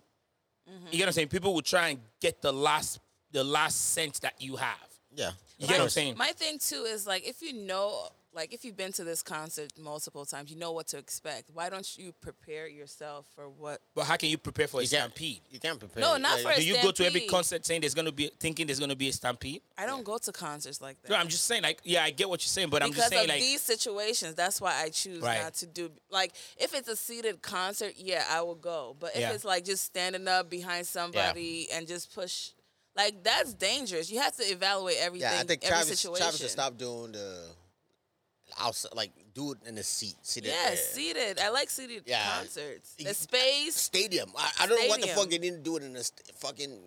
you get what i'm saying people will try and get the last the last cent that you have
Yeah.
you get what i'm saying
My thing too is like if you know like if you've been to this concert multiple times, you know what to expect. Why don't you prepare yourself for what
but how can you prepare for a
You can't,
stampede
you can't prepare.
No, not for a
do you go to every
stampede.
concert saying there's going to be thinking there's going to be a stampede
I don't go to concerts like that.
no i'm just saying like yeah i get what you're saying but i'm
because
just saying
of
like
these situations, that's why I choose
Right.
not to do like if it's a seated concert, yeah, I will go. But if
Yeah.
it's like just standing up behind somebody and just push like that's dangerous. You have to evaluate everything
Yeah, I think
every
Travis,
situation.
Travis should stop doing the outside, like do it in the seat. See
Yeah, seated. I like seated
Yeah.
concerts.
You-
The space
stadium. I, I don't know what the fuck
Stadium.
they didn't do it in a st- fucking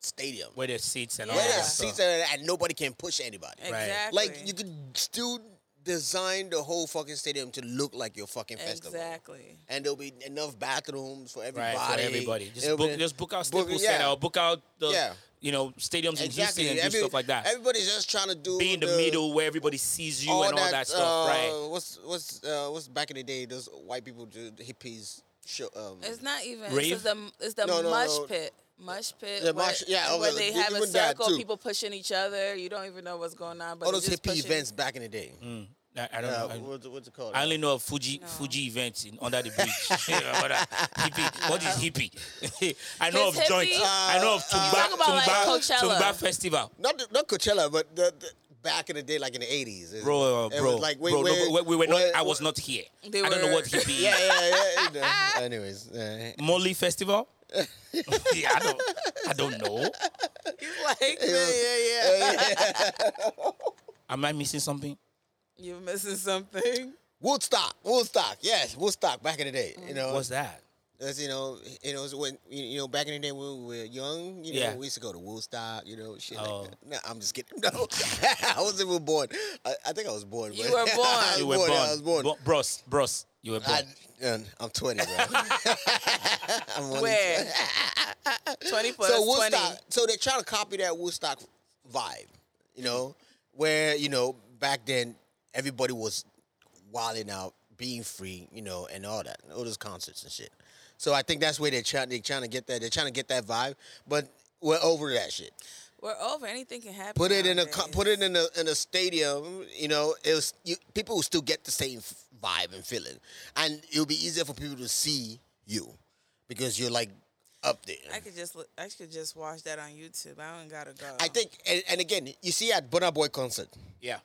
stadium.
where there's seats and all
Where
that
there's
stuff.
seats are and nobody can push anybody.
Exactly.
Like you could still design the whole fucking stadium to look like your fucking festival.
Exactly.
And there'll be enough bathrooms for everybody.
Right, for everybody. Just
There'll
book,
be-
just book out Staples
yeah.
Center or book out the,
Yeah.
you know, stadiums in
Exactly.
Houston and do
Every-
stuff like that.
Everybody's just trying to do
be in the, middle where everybody sees you and all that, stuff,
uh,
right?
What's what's uh, what's back in the day? Those white people do the hippies show. Um,
It's not even.
Rave?
It's the it's the
No, no,
mush
no.
pit. Mush pit.
The
where,
mosh- yeah, okay,
where they
even
have a
that,
circle,
too.
people pushing each other. You don't even know what's going on. But
all
they're
those
just
hippie
pushing-
events back in the day.
I, Mm-hmm. I don't
Uh,
know.
what's, what's it called?
I, I only know of Fuji
No.
Fuji events in, under the bridge. You know, all that. hippie. What is hippie? I know
His
of joint.
hippie?
I
Uh,
know of Tumba
talking about, like,
Tumba,
Coachella.
Tumba Festival.
not the- not Coachella, but the, the, back in the day, like in the eighties, It-
Bro, uh,
it
bro,
was Eh, like wait,
bro, no, we-
where-
we were not.
where-
I was not here.
They
I don't know
were-
what hippie is.
Yeah, yeah, yeah. you know. Anyways, uh,
Molly Festival. yeah, I don't. I don't know.
like,
uh,
Am I missing something?
you're missing something.
Woodstock, Woodstock, yes, Woodstock. Back in the day, you know,
What's that?
that's, you know, you know, it's when you- you know, back in the day when we were young, you know,
Yeah.
we used to go to Woodstock, you know, shit
Oh.
like that. No, I'm just kidding. No, I wasn't even born. I, I think I was born.
You
but-
were born.
I was
You were
born,
born.
yeah, I was born.
Bo- bros, bros. You were born.
I, and I'm 20, bro. I'm only
Where? 20 plus
so
20.
Woodstock. So they try to copy that Woodstock vibe, you know, where you know back then everybody was wilding out, being free, you know, and all that, and all those concerts and shit. So I think that's where they're trying. They're trying to get that. They're trying to get that vibe, but we're over that shit.
We're over. Anything can happen.
Put it in a co-
nowadays.
put it in a in a stadium. You know, it was you, people will still get the same f- vibe and feeling, and it'll be easier for people to see you because you're like up there.
I could just look- I could just watch that on YouTube. I don't gotta go.
I think, and, and again, you see at Bonner Boy concert,
Yeah.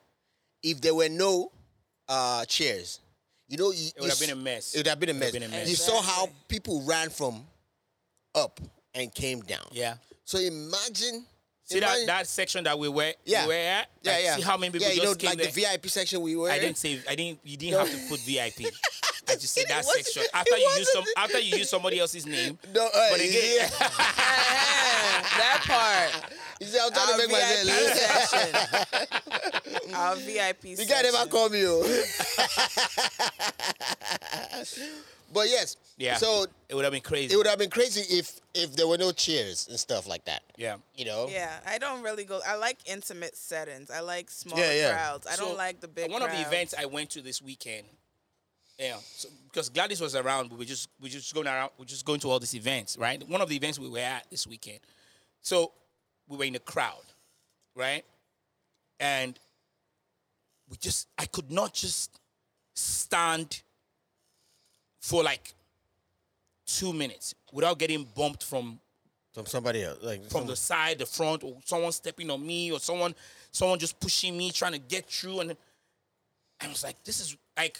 if there were no uh, chairs, you know, you,
would
you
have been
s-
a mess.
It would have been a
It
mess.
would have been a mess.
You saw how
Exactly.
people ran from up and came down.
Yeah.
So imagine.
See that,
imagine-
that section that we were,
Yeah.
we were at?
Yeah,
Like,
yeah.
See how many people
yeah, you
just
know,
came
like
there?
the VIP section we were.
I
in?
didn't say I didn't. You didn't have to put VIP. I just said
It
that
wasn't-
section
it
after you use some
wasn't-
after you use somebody else's name.
No, uh,
But again,
that part.
you see, I'm trying
Our
to make my
VIP
listen.
section. Our VIP
You
section.
guy never call me, oh. but yes,
yeah.
So
it would have been crazy.
it would have been crazy if if there were no chairs and stuff like that.
yeah.
You know.
Yeah, I don't really go. I like intimate settings. I like small
Yeah, yeah.
crowds. I
So,
don't like the big.
One of the
crowds.
events I went to this weekend. Yeah, so, because Gladys was around, we were just we were just going around, we were just going to all these events, right? One of the events we were at this weekend. So we were in a crowd, right? And we just I could not just stand for like two minutes without getting bumped from
From somebody else, like
from the side, the front, or someone stepping on me, or someone someone just pushing me, trying to get through. And I was like, this is like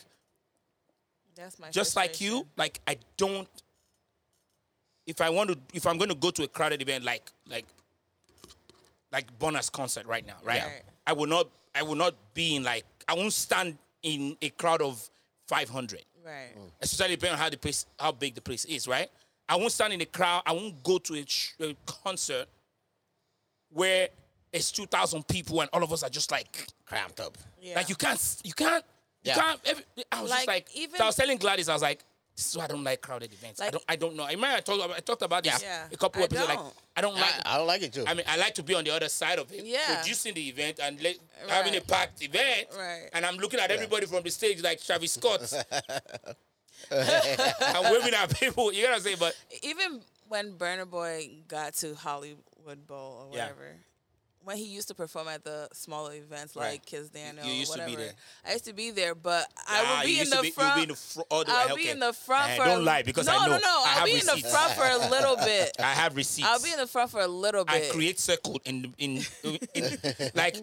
That's my.
just like you, like I don't. If I want to, if I'm going to go to a crowded event like like like Bonner's concert right now, right?
Right.
I will not. I will not be in like. I won't stand in a crowd of 500
Right.
Oh. especially depending on how the place, how big the place is, right? I won't stand in the crowd. I won't go to a, sh- a concert where it's two thousand people and all of us are just like,
cramped up.
Yeah.
like you can't, s- you can't,
Yeah.
you can't. Every, I was just
Like,
like,
even-
so I was telling Gladys, I was like, this is why I don't like crowded events. I
Like-
don't, I don't know. I remember I talked, about, I talked about this
Yeah.
a couple
I
episodes. Like,
don't.
I don't like.
I, I don't like it too.
I mean, I like to be on the other side of it,
Yeah.
producing the event and let, having a
Right.
packed event.
Right.
And I'm looking at everybody from the stage like Travis Scott. I'm waving at people. You know what I'm saying? But
Even when Burner Boy got to Hollywood Bowl or
Yeah.
whatever. When he used to perform at the smaller events like
Right.
Kiss Daniel,
you used
or
to be
whatever,
there.
I used to be there, but I
Ah,
would
you
be in
used to
the
be- you would
front.
be in the fr- all the way,
I'll be
okay.
in the front
Eh,
for.
don't lie, because
no,
I know.
No, no,
I
I'll
have
be in the
receipts.
front for a little bit.
I have receipts.
I'll be in the front for a little
I
bit.
create circle in in, in like.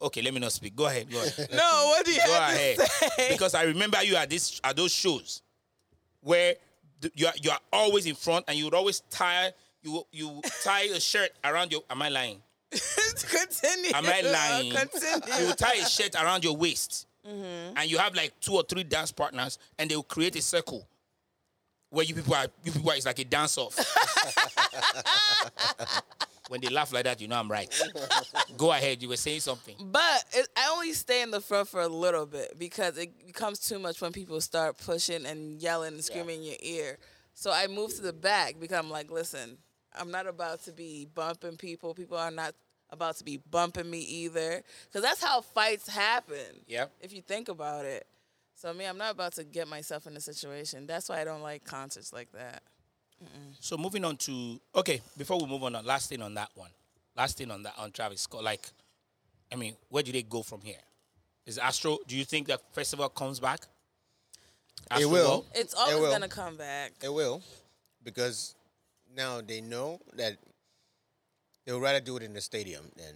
Okay, let me not speak. Go ahead. Go ahead.
No, what do you
Go
have to
ahead.
say?
Because I remember you at this at those shows where th- you are, you are always in front and you would always tie you you tie a shirt around your. Am I lying?
continue.
Am I lying? You
Continue.
will tie a shirt around your waist, and you have like two or three dance partners, and they will create a circle where you people are. You people are it's like a dance off. when they laugh like that, you know I'm right. Go ahead. You were saying something.
But it, I only stay in the front for a little bit because it becomes too much when people start pushing and yelling and screaming in your ear. So I move to the back because I'm like, listen, I'm not about to be bumping people. People are not about to be bumping me either. Because that's how fights happen.
Yep.
If you think about it. So, me, I'm not about to get myself in a situation. That's why I don't like concerts like that.
So moving on to okay, before we move on, uh, last thing on that one, last thing on that on Travis Scott. Like, I mean, where do they go from here? Is Astro? Do you think that festival comes back? Astro
will.
World?
It's
It will.
always going to come back.
They will, because now they know that they would rather do it in the stadium than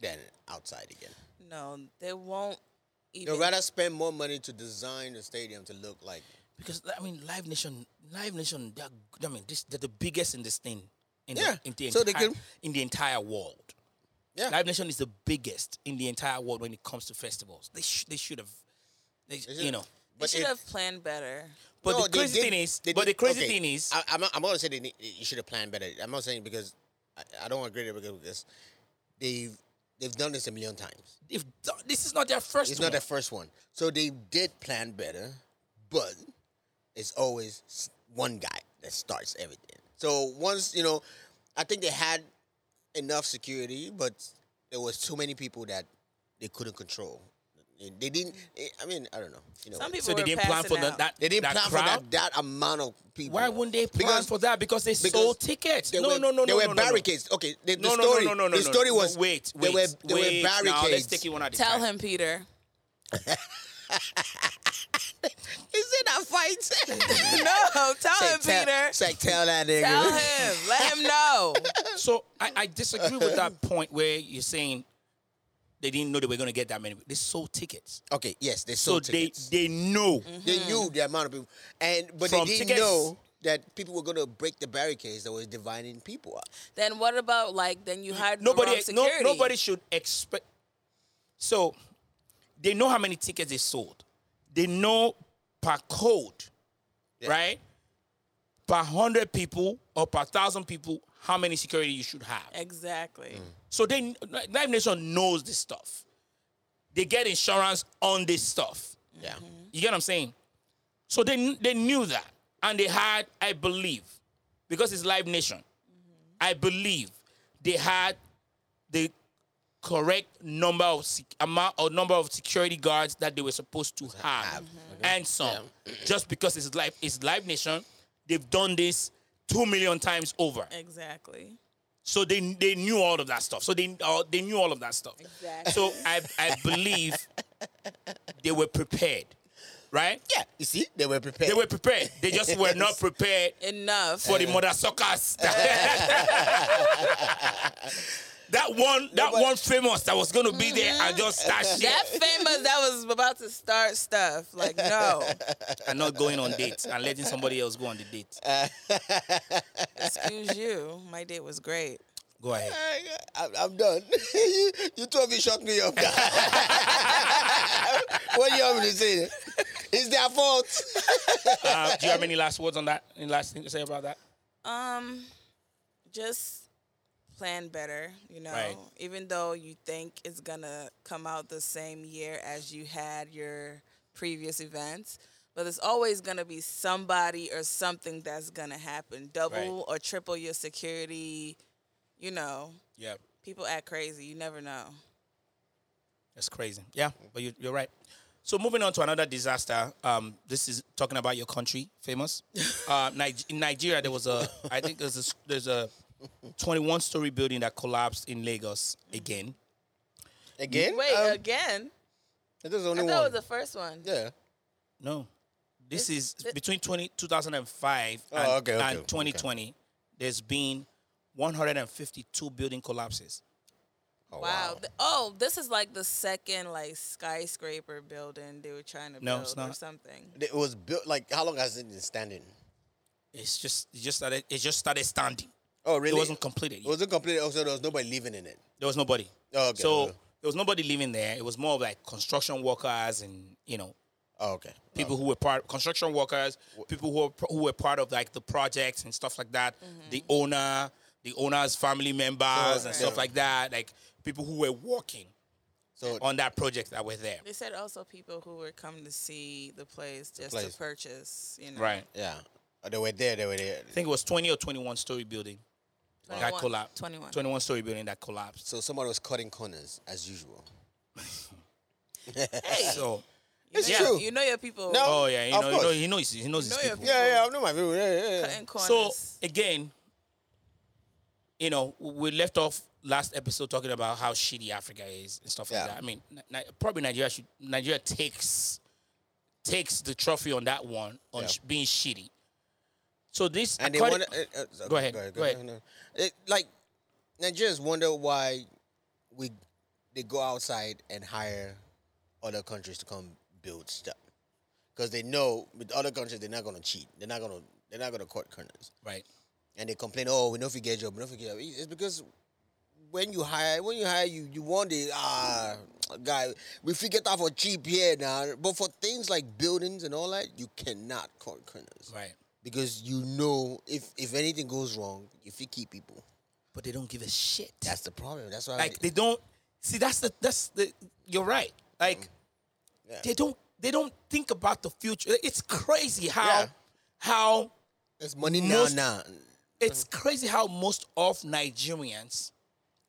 than outside again.
No, they won't
They'd
even.
rather spend more money to design the stadium to look like.
Because I mean, Live Nation, Live Nation, they're, I mean, this, they're the biggest in this thing, in
Yeah.
the, in the
So they
entire
can-
in the entire world.
Yeah.
Live Nation is the biggest in the entire world when it comes to festivals. They sh- they should have, they, you know.
They
But
should
if-
have planned better.
But
No,
the
they
crazy
did-
thing is,
they
but
did-
the crazy
okay, Uh,
thing is,
I, I'm not, I'm not gonna say they need, you should have planned better. I'm not saying because I, I don't agree with it because they've they've done this a million times.
if this is not their first,
It's not
one.
the first one. So they did plan better, but it's always s- one guy that starts everything. So once, you know, I think they had enough security, but there was too many people that they couldn't control. They didn't. I mean, I don't know. You know,
Some
what?
people
So they
were
didn't plan
passing
for the,
out.
that.
they didn't
that
plan
crowd?
for that, that amount of people.
Why wouldn't they plan
Because
for that? Because they
because
sold tickets.
There
No,
were,
no, no,
There
no, no, no.
were barricades. Okay, the, the
No, no,
story.
no, no, no,
The
no,
story
no.
was
wait,
There
wait,
were there
wait.
were
Now let's
barricades.
take it one at a
Tell
time.
him, Peter.
Is it a fight?
No, tell him,
Say, tell-
Peter.
Say, tell that nigga.
Tell him. Let him know.
So I, I disagree with that point where you're saying they didn't know they were going to get that many. They sold tickets,
Okay, yes, they
so
sold
they
tickets.
they know.
They knew the amount of people, and but
From
they didn't
tickets-
know that people were going to break the barricades that was dividing people up.
Then what about like then you hired the
Nobody,
wrong
no,
security?
nobody should expect. So they know how many tickets they sold. They know per code, right? Per hundred people or per thousand people, how many security you should have.
Exactly.
So they like, Live Nation knows this stuff. They get insurance on this stuff.
Yeah.
You get what I'm saying? So they they knew that, and they had, I believe, because it's Live Nation. I believe they had the correct number of sec- amount or number of security guards that they were supposed to have, and some. Just because it's live, it's Live Nation. They've done this two million times over.
Exactly.
So they they knew all of that stuff. So they uh, they knew all of that stuff.
Exactly.
So I I believe they were prepared, right?
Yeah, you see, they were prepared.
They were prepared. They just were not prepared
Enough.
for the mother suckers. that one that
but-
one famous that was going to be there and just start shit
that famous that was about to start stuff. Like no,
and not going on dates and letting somebody else go on the date.
excuse you. My date was great.
Go ahead.
I'm, I'm done. you, you told me shut me up. what you want me to say? It's their fault.
Uh, do you have any last words on that? Any last thing to say about that?
Um, just plan better. You know,
Right.
even though you think it's gonna come out the same year as you had your previous events. But there's always gonna be somebody or something that's gonna happen. Double or triple your security. You know,
Yeah.
people act crazy. You never know.
That's crazy. Yeah, but you, you're right. So moving on to another disaster. Um, this is talking about your country, famous. Uh, Nig- in Nigeria, there was a, I think there's a, s- there's a 21 story building that collapsed in Lagos again.
Again?
Wait,
Um,
again?
there's
I
only
thought
one.
it was the first one.
yeah.
No, this is
thi-
between 20, 2005
Oh,
and,
okay, okay,
and
okay.
2020. There's been 152 building collapses.
Oh,
Wow. Th- Oh, this is like the second like skyscraper building they were trying to
No,
build
it's
or
not.
something.
It was built like how long has it been standing?
It's just it just started it just started standing.
Oh, really?
It wasn't completed.
It
yet.
wasn't completed. Also, there was nobody living in it.
There was nobody.
Oh, okay.
So there was nobody living there. It was more of like construction workers and you know
Oh, okay.
people who were part construction workers, people who were, who were part of like the projects and stuff like that. The owner, the owner's family members and stuff
yeah.
like that. Like people who were working
So
on that project that were there.
They said also people who were coming to see the place just
place.
to purchase, you know.
Right.
yeah, Oh, they were there. They were there.
I think it was 20 or 21 story building that
21,
collapsed.
21.
21 story building that collapsed.
So somebody was cutting corners as usual.
Hey,
So
you
It's
know,
true.
You know your people
No.
oh yeah, you
Of
know, you know
course.
he knows he knows his
know your
people.
Yeah, yeah, I know my people. Yeah, yeah, yeah.
cutting corners.
So again, you know, we left off last episode talking about how shitty Africa is and stuff
Yeah.
like that. I mean, Ni- Ni- probably Nigeria should Nigeria takes takes the trophy on that one on
Yeah.
sh- being shitty. So this
And they
according-
wonder. Uh, uh, sorry,
Go ahead, go ahead.
No, no. It, like Nigerians wonder why we they go outside and hire other countries to come build stuff because they know with other countries they're not gonna cheat. They're not gonna. They're not gonna cut corners.
right.
and they complain, oh, we know if you get job, we know if you get job. It's because when you hire, when you hire, you you want the ah guy. We figure it out for cheap here now, but for things like buildings and all that, you cannot cut corners,
Right.
Because you know if if anything goes wrong, if you keep people,
But they don't give a shit.
that's the problem. That's why
like they don't see that's the that's the you're right. Like
Mm. Yeah.
they don't they don't think about the future. It's crazy how
Yeah.
how
it's money
most-
now now.
it's crazy how most of Nigerians,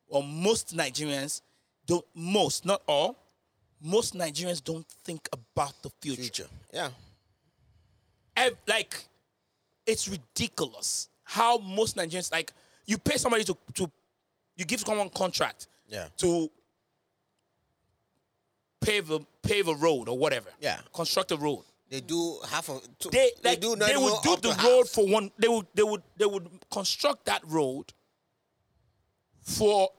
or most Nigerians, don't most, not all, most Nigerians don't think about the future.
Future. Yeah.
Ev- like, it's ridiculous how most Nigerians like you pay somebody to to you give someone contract
Yeah.
to pave a pave a road or whatever.
Yeah.
Construct a road.
They do half of. Two,
They like they,
do not even
would do
up to
the
half.
road for one they would they would they would construct that road for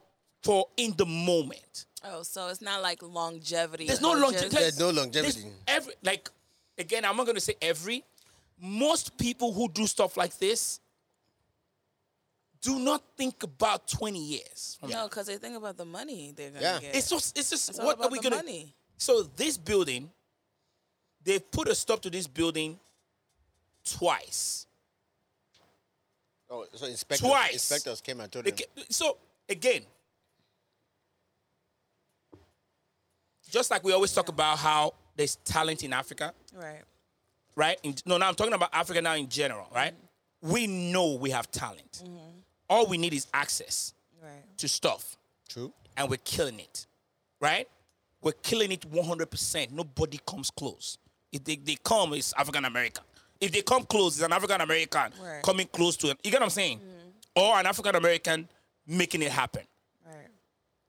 for in the moment.
Oh, so it's not like longevity.
There's no
or
longevity.
just-
There's no longevity.
there's Every like again, I'm not gonna say every. Most people who do stuff like this do not think about 20 years. from now.
No, because they think about the money they're gonna
Yeah.
get.
It's just it's just
It's all
what
about
are we
the
gonna
money.
So this building, they've put a stop to this building twice.
Oh, so inspectors,
Twice.
inspectors came and told
They
them.
ca- So again, just like we always talk about how there's talent in Africa,
right.
right? In, no, now I'm talking about Africa now in general, right? We know we have talent. All we need is access
Right.
to stuff,
True.
and we're killing it, right? We're killing it 100%. Nobody comes close. If they, they come, it's African American. If they come close, it's an African American
Right.
coming close to it. You get what I'm saying? Or an African American making it happen.
Right.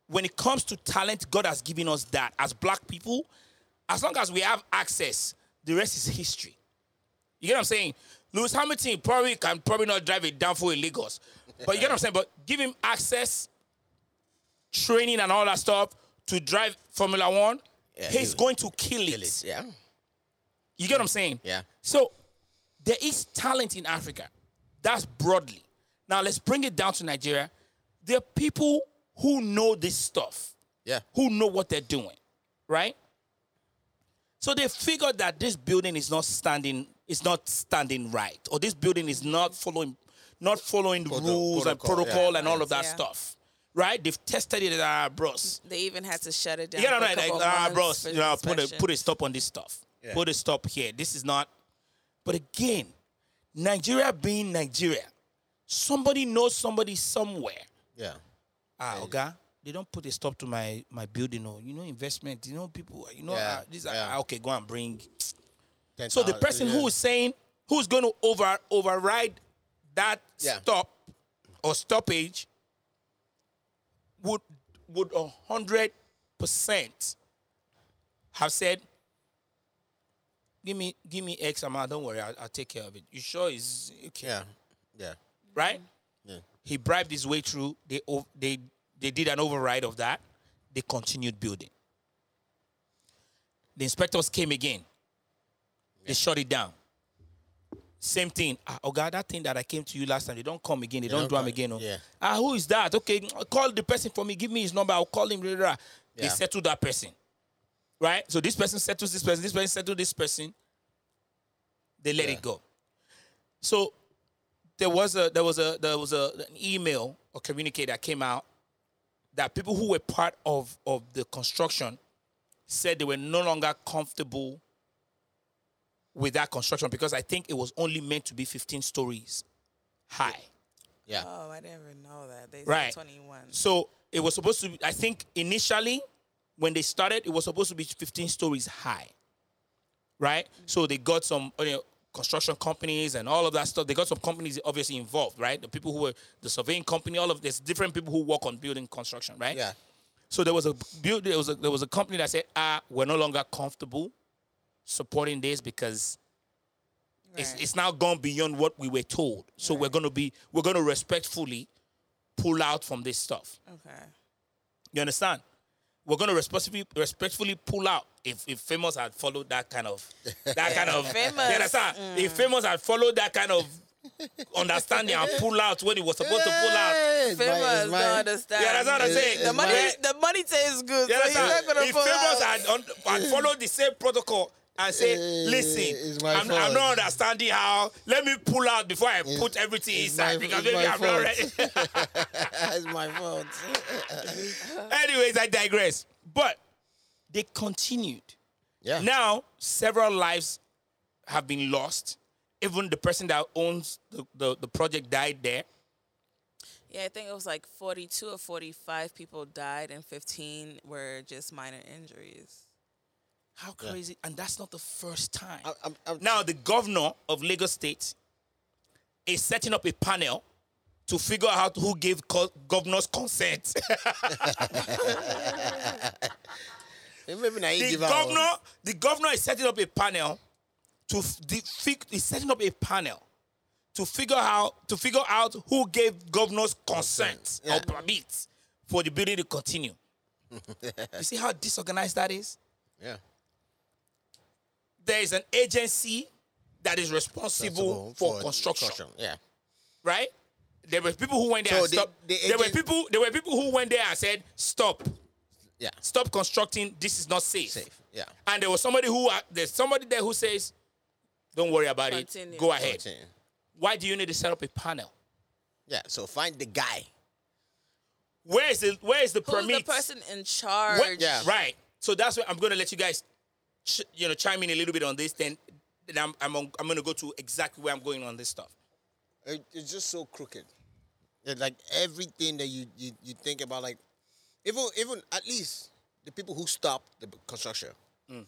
When it comes to talent, God has given us that. As black people, as long as we have access, the rest is history. You get what I'm saying? Lewis Hamilton probably can probably not drive it down for in Lagos. But you get what I'm saying? But give him access, training and all that stuff to drive Formula One,
Yeah,
he's
he-
going to kill it.
Kill it. Yeah.
You get what I'm saying?
Yeah.
So there is talent in Africa. That's broadly. Now let's bring it down to Nigeria. There are people who know this stuff
Yeah.
who know what they're doing, right? So they figured that this building is not standing, is not standing right, or this building is not following, not following the
Proto-
rules
protocol, yeah.
and protocol and all of that
Yeah.
stuff, right? They've tested it, ah, bros.
They even had to shut it down.
You know
for a
what I mean?
couple
Like,
of
ah,
months
bros,
for
you know, put a
inspection.
put a stop on this stuff.
Yeah.
Put a stop here. This is not. But again, Nigeria being Nigeria, somebody knows somebody somewhere
Yeah.
ah, oga, they don't put a stop to my my building. Or you know, investment. You know, people. You know,
Yeah,
ah, these
yeah.
are ah, okay. Go and bring.
Ten
So the
thousand-
person
yeah.
who is saying who's going to over override that
Yeah.
stop or stoppage would would a hundred percent have said, "Give me give me X amount. Don't worry, I'll, I'll take care of it." You sure is okay,
Yeah. Yeah.
right?
Yeah.
He bribed his way through. They o- they they did an override of that. They continued building. The inspectors came again. They shut it down. Same thing. Ah, oh God, that thing that I came to you last time, they don't come again. They, don't,
don't
do 'em
come-
again. Oh.
yeah.
Ah, who is that? Okay, call the person for me. Give me his number. I'll call him. blah, blah, blah. They
Yeah.
settled that person. Right? So this person settles this person. This person settled this person. They let
Yeah.
it go. So there was a there was a there was a an email or communique that came out that people who were part of of the construction said they were no longer comfortable with that construction because I think it was only meant to be 15 stories high.
Yeah.
Uh,
Oh, I didn't even know that. They
Right.
said 21.
So it was supposed to be, I think initially when they started, it was supposed to be 15 stories high. Right? So they got some you know, construction companies and all of that stuff. They got some companies obviously involved, right? The people who were the surveying company, all of there's different people who work on building construction, right?
Yeah.
So there was a build, there was a, there was a company that said, ah, we're no longer comfortable supporting this because it's,
Right.
it's now gone beyond what we were told. So we're gonna be we're gonna respectfully pull out from this stuff.
Okay.
You understand? We're gonna respectfully respectfully pull out. If if famous had followed that kind of that kind of
Famous,
you understand?
Mm.
If famous had followed that kind of understanding and pull out when it was supposed to pull out.
Hey, it's my- it's
Famous, don't
my-
understand.
Yeah, that's what I'm saying.
The
It's
money,
my-
the money tastes good.
You
so he's not
understand?
gonna
If
pull out.
famous had, un, had followed the same protocol and say,
Eh,
listen,
it's my
I'm, I'm
fault."
not understanding how. Let me pull out before I put everything
it's
inside
my-
because
it's
maybe
my
I'm not
fault."
ready.
It's my fault.
Anyways, I digress. But they continued.
Yeah.
Now, several lives have been lost. Even the person that owns the, the, the project died there.
Yeah, I think it was like 42 or 45 people died and 15 were just minor injuries.
How crazy! And that's not the first time.
I- I'm- I'm-
now the governor of Lagos State is setting up a panel to figure out who gave co- governors consent.
Maybe na him
the
give am o.
governor, the governor is setting up a panel to f- the fig, is setting up a panel to figure out to figure out who gave governors consent or permit for the building to continue. you see how disorganized that is?
Yeah.
There is an agency that is responsible for, construction,
Yeah.
right? There were people who went there
So
and
the-
stopped.
the
there were
agent-
people. There were people who went there and said, "Stop,
Yeah.
stop constructing. This is not safe."
Safe. Yeah.
And there was somebody who uh, there's somebody there who says, "Don't worry about
Continue.
it. Go ahead."
Fourteen.
Why do you need to set up a panel?
Yeah. So find the guy.
Where is the Where is the
Who's
permit?
the person in charge?
Where-
Yeah.
Right. So that's where I'm going to let you guys, ch- you know, chime in a little bit on this. Then, then I'm I'm, on- I'm going to go to exactly where I'm going on this stuff.
It, it's just so crooked. It's like everything that you, you you think about, like even even at least the people who stopped the construction,
Mm.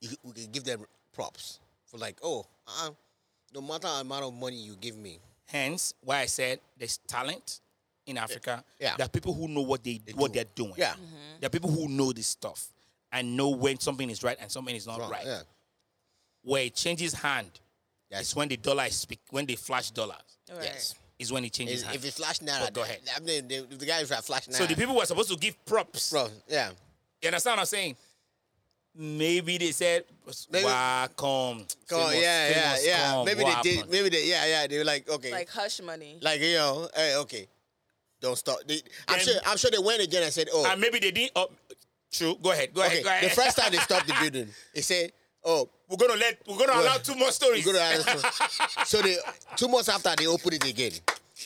you, we can give them props for like, oh, uh, no matter the amount of money you give me,
Hence, why I said there's talent in Africa.
Yeah.
There are people who know what they, what
do.
they're doing.
Yeah.
Mm-hmm.
There are people who know this stuff and know when something is right and something is not
wrong,
right.
yeah,
Where it changes hand,
Yes.
it's when the dollar is speak when they flash dollars.
Right.
yes.
is when it changes
If-
hands.
If it's flash naira,
But go ahead.
I mean, the, if the guy is a flash naira,
so the people were supposed to give props.
bro, yeah,
You understand what I'm saying? Maybe they said,
Maybe-
"Wah, come,
Come on, yeah, yeah, yeah. Maybe they did. Maybe they, yeah, yeah. They were like, okay,
Like hush money.
like you know, hey, okay, don't stop. They, I'm
Then-
sure. I'm sure they went again and said, oh,
and maybe they didn't. Oh, true. Go ahead. Go
okay.
ahead. Go ahead.
The first time they stopped the building, they said, oh,
we're gonna let we're gonna allow two more stories.
you go to Arizona. so they two months after they open it again,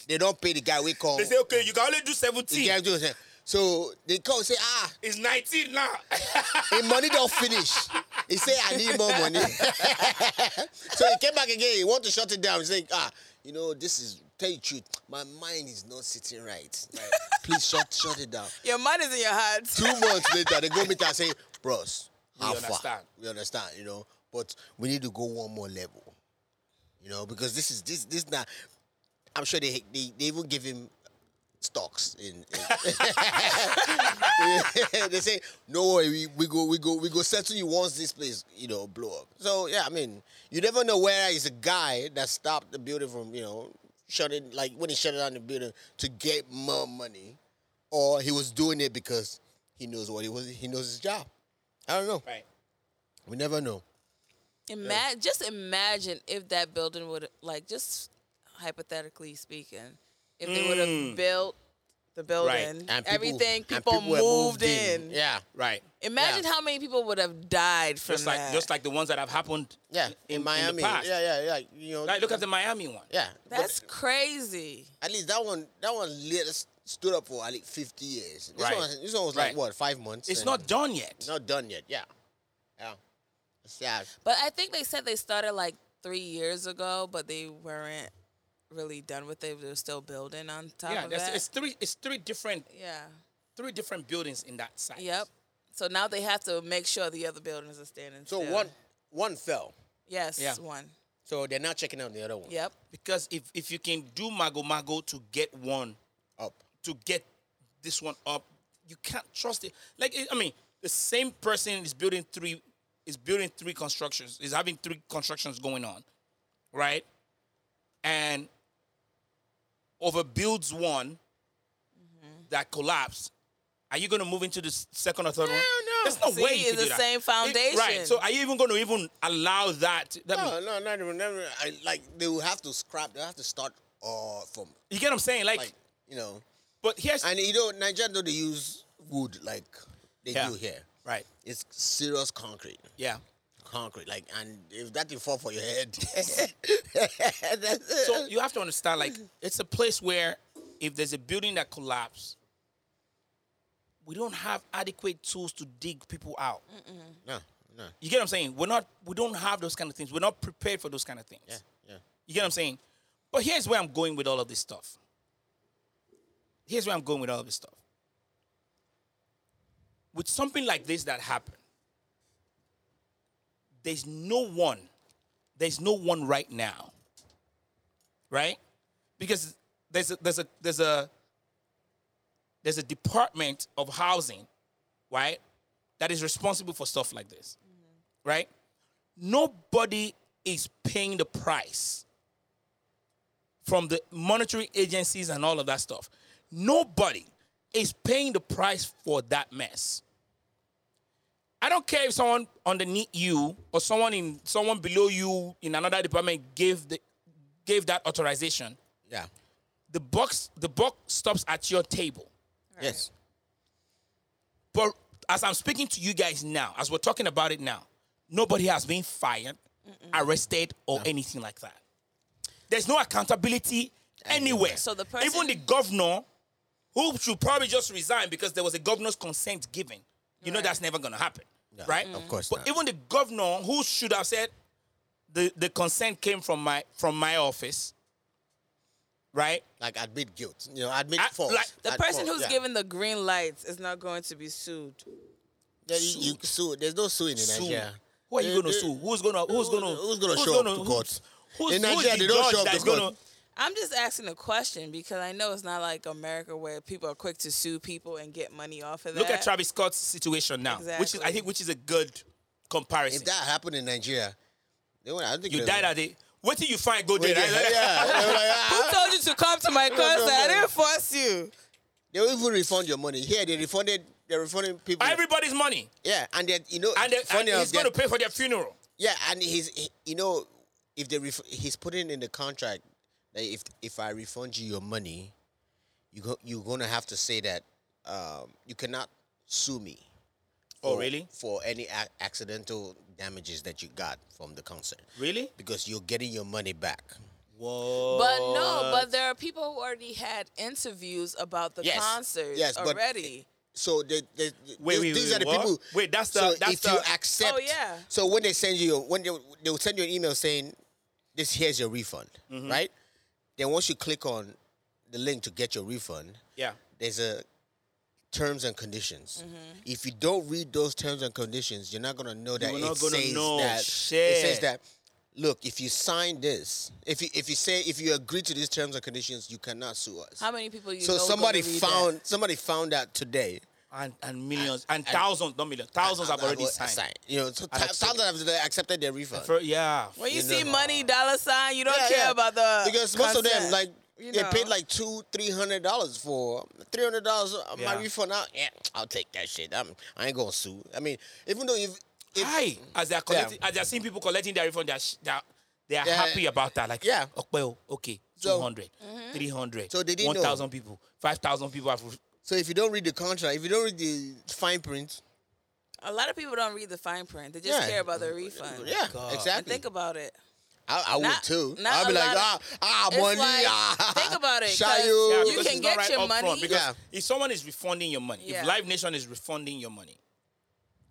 they don't pay the guy. We call.
they say, okay, you can only do
the
17.
guy do it. So they call say, ah,
It's 19 now.
the money don't finish. He say, I need more money. so he came back again. He want to shut it down. He's like, ah, you know, this is tell you the truth. My mind is not sitting right. Like, please shut shut it down.
Your money is in your hands.
Two months later, they go meet and say, bros, how far?
understand.
We understand, you know, but we need to go one more level. You know, because this is this this now. I'm sure they they, they even give him stocks in, in- they say, No worry, we, we go we go we go settle you once this place, you know, blow up. So yeah, I mean, you never know where is a guy that stopped the building from, you know, shutting like when he shut down the building to get more money. Or he was doing it because he knows what he was he knows his job. I don't know.
right.
We never know.
Imagine, just imagine if that building would like just hypothetically speaking, if they would have built the building,
Mm. And people-
everything,
and
people,
were
moved, in.
Yeah.
Right.
Imagine
Yeah.
how many people would have died from
Just
that.
like just like the ones that have happened.
Yeah.
in
In,
the
Miami.
past.
yeah, yeah, yeah. You know.
Like look at the Miami one.
Yeah. but
That's crazy.
at least that one that one lit, stood up for at least 50 years. This
Right.
one this one was
Right.
like what, 5 months?
It's
and
not done yet.
not done yet. Yeah. Yeah. It's Sad.
But I think they said they started like three years ago, but they weren't really done with it. They were still building on top
yeah,
of
there's-
that.
it's three it's three different
yeah.
three different buildings in that site.
Yep. So now they have to make sure the other buildings are standing
So
still.
one one fell.
Yes,
Yeah.
one.
So they're not checking out the other one.
Yep.
Because if if you can do Mago Mago to get one
Up.
to get this one up, you can't trust it. Like I mean, the same person is building three is building three constructions is having three constructions going on, right? And overbuilds one that collapsed. Are you going to move into the s- second or third one?
no.
There's no
See,
way you
it's
could do
the
that.
same
It-
foundation.
right. So are you even going to even allow that? that
No, no, not even never I, like they will have to scrap, they have to start uh from
You get what I'm saying? Like,
like, you know.
but here's
And you know, Nigeria don't use wood like they
Yeah.
do here.
right.
It's serious concrete.
Yeah.
Concrete. Like and if that thing fall for your head.
so you have to understand like it's a place where if there's a building that collapsed we don't have adequate tools to dig people out
no, no.
you get what i'm saying we're not we don't have those kind of things we're not prepared for those kind of things
Yeah, yeah.
you get what i'm saying but here's where i'm going with all of this stuff here's where i'm going with all of this stuff with something like this that happened there's no one, there's no one right now, right? Because there's a, there's a there's a there's a department of housing, right, that is responsible for stuff like this, right? Nobody is paying the price from the monetary agencies and all of that stuff. Nobody is paying the price for that mess. I don't care if someone underneath you or someone in someone below you in another department gave the gave that authorization.
Yeah.
The box the buck stops at your table.
Yes.
But as I'm speaking to you guys now, as we're talking about it now, nobody has been fired, arrested, or anything like that. There's no accountability anywhere.
So the person-
even the governor, who should probably just resign because there was a governor's consent given, you know that's never gonna happen, right?
of course
But
not.
even the governor, who should have said, the, the consent came from my from my office, right?
Like admit guilt. You know, admit
I-
fault.
like,
The
Ad-
person
fault,
who's
yeah.
given the green lights is not going to be sued.
Yeah, you, you sue. There's no suing in
sue?
Nigeria.
Who are you
They-
going to
they-
sue? Who's going to who's
who-
going to
who's gonna show up to court?
Who's,
In
who's
Nigeria,
the
they don't
judge
show up to
that's
court.
Gonna,
I'm just asking a question because I know it's not like America where people are quick to sue people and get money off of that.
look at Travis Scott's situation now, which is I
Exactly.
think which is a good comparison.
If that happened in Nigeria, they would, I don't think
you
they-
died at it. Wait till you find good
Yeah,
data.
yeah, they, would like,
Who
ah,
told you to come to my concert? I didn't force you.
they will even refund your money. Here, they refunded. They're refunding people.
Everybody's money,
yeah, and then you know,
and, they, and
funny enough,
he's going
they're-
to pay for their funeral.
Yeah, and he's he, you know if they ref- he's putting in the contract that if if I refund you your money, you go, you're gonna have to say that um, you cannot sue me.
Oh,
for-
really?
For any ac accidental damages that you got from the concert,
Really?
because you're getting your money back.
Whoa!
But no, but there are people who already had interviews about the
Yes.
concerts
Yes, but-
already.
So they, they,
Wait,
these,
wait,
these
wait,
are the
what?
people.
Wait, that's the-
so
that's
if
the-
you accept.
Oh, yeah.
So when they send you, when they they will send you an email saying, "This here's your refund,"
Mm-hmm.
right? Then once you click on the link to get your refund,
yeah,
there's a terms and conditions.
Mm-hmm.
If you don't read those terms and conditions, you're not gonna know that
You're
it
not gonna
says
know.
that it says
Shit.
that. Look, if you sign this, if you if you say if you agree to these terms and conditions, you cannot sue us.
How many people you
so
know gonna
somebody
read
found somebody found out today.
and and millions and, thousands, not millions, thousands have
I- I-
already
I
signed.
You know, so
And
thou-
accept-
thousands have accepted their refund.
For- yeah,
that? When you,
you
see
know.
money dollar sign, you don't
Yeah,
care
yeah.
about the
because most of them
concert,
like
you
they
know.
paid like two, three hundred dollars for three hundred dollars. uh,
Yeah.
My refund out. Yeah, I'll take that shit. I'm, I ain't gonna sue. I mean, even though if, if
Hi, as they're collecting, as they're seeing people collecting their refund, they're, sh- they're they are
Yeah.
happy about that. Like,
Yeah.
oh, well, okay,
So- mm-hmm.
200, 300,
So they didn't know.
1,000 people, 5,000 people have. re-
so, if you don't read the contract, if you don't read the fine print,
a lot of people don't read the fine print. They just
Yeah.
care about the refund.
yeah,
And
exactly.
Oh think about it.
I, I would
Not-
too.
not
I'd be
a
like,
lot
ah,
of-
ah,
It's
money.
like,
ah,
think about it, 'cause
Shayo.
you
because
can
it's not
get your
up front,
money.
because
Yeah.
if someone is refunding your money,
Yeah.
if Live Nation is refunding your money,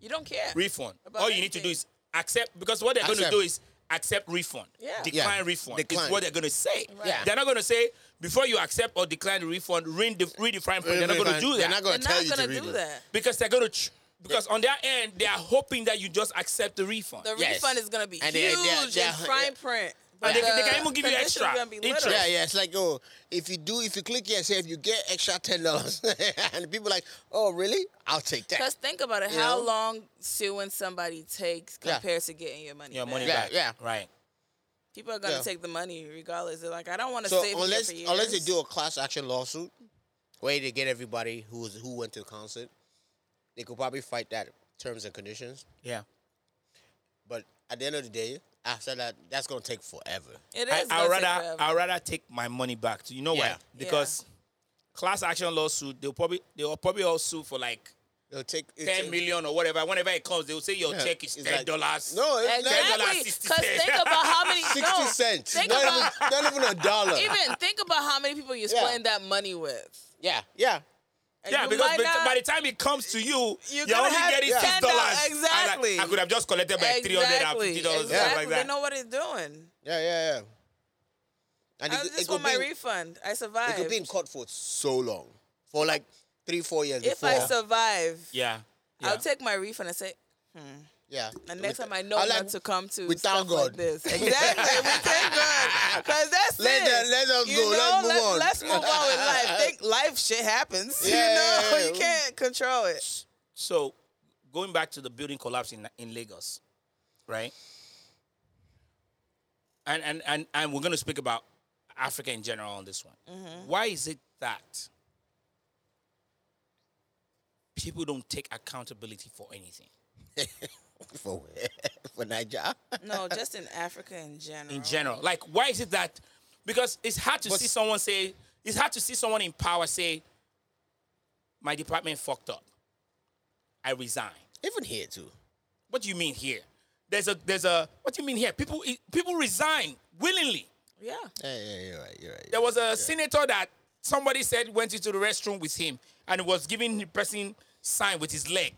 You don't care.
refund.
About
all you need to do
anything.
is accept because what they're going to
Accept.
do is accept refund,
Yeah.
decline
Yeah,
refund. Is
decline.
what they're going to say.
Yeah.
They're not going to say before you accept or decline the refund, read the, read the fine print. They're not going to do that.
They're not
They're
going to tell
not
you to
gonna
read
do
it.
that.
because they're gonna tr- because on their end they are hoping that you just accept the refund.
The
Yes.
refund is gonna be
And they-
huge
they- they-
in fine print. but
they can- they
the
can even give you
condition
extra
is gonna be little.
interest.
Yeah, yeah. It's like, oh, if you do, if you click yes, if you get extra ten dollars, and people like, oh, really? I'll take that.
Because think about it,
You
how
know?
long suing somebody takes
Yeah.
compared to getting your money
your
back.
money
Yeah,
back.
yeah.
Right.
People are gonna
Yeah.
take the money regardless. They're like, I don't want to
So
save it here
unless
for years.
unless they do a class action lawsuit, where they get everybody who was who went to the concert, they could probably fight that terms and conditions.
Yeah.
But at the end of the day, after that, that's gonna take forever.
it
I,
is.
I'd
gonna take
rather
forever.
I'd rather take my money back. You know why?
Yeah.
Because class action lawsuit, they'll probably they'll probably all sue for like
It'll take it'll
ten
take-
million or whatever. Whenever it comes, they'll say your
yeah,
check is
it's
ten
like-
dollars.
no, it's not even
exactly.
$60.
Because think about how many
sixty
no,
cents. Not
Think
even,
about
not even a dollar.
even think about how many people you're
Yeah.
splitting that money with.
yeah, yeah.
And
yeah,
you
because
might
by,
not-
by the time it comes to you, you're
You're gonna
only
have
getting
$10.
six dollars.
Exactly.
I, could have just collected my three hundred and
exactly,
fifty dollars
exactly.
like
They
that.
know what it's doing.
Yeah, yeah, yeah. And
I just want
be,
my
in-
refund. I
it
survived.
could be in court for so long, for like three, four years
if
before.
I survive,
Yeah. yeah.
I'll take my refund and say,
Yeah.
And next
With-
time I know
I
not
like-
to come to
we
stuff
thank
like
God.
this. Exactly, we thank God. Because that's
Let
it.
that- let us
you
go.
Know?
Let's move
Let-
on.
Let's move on with life. Think life shit happens. you know,
Yeah.
you can't control it.
So, going back to the building collapse in, in Lagos, right? And, and, and, and we're going to speak about Africa in general on this one. Why is it that people don't take accountability for anything?
for for Nigeria.
No, just in Africa in general.
in general. Like, why is it that? Because it's hard to see someone say, it's hard to see someone in power say, my department fucked up. I resign.
Even here too.
What do you mean here? There's a, there's a, what do you mean here? People, people resign willingly.
Yeah.
Yeah, yeah, you're right. You're right.
There was a senator that somebody said went into the restroom with him and was giving the person sign with his leg.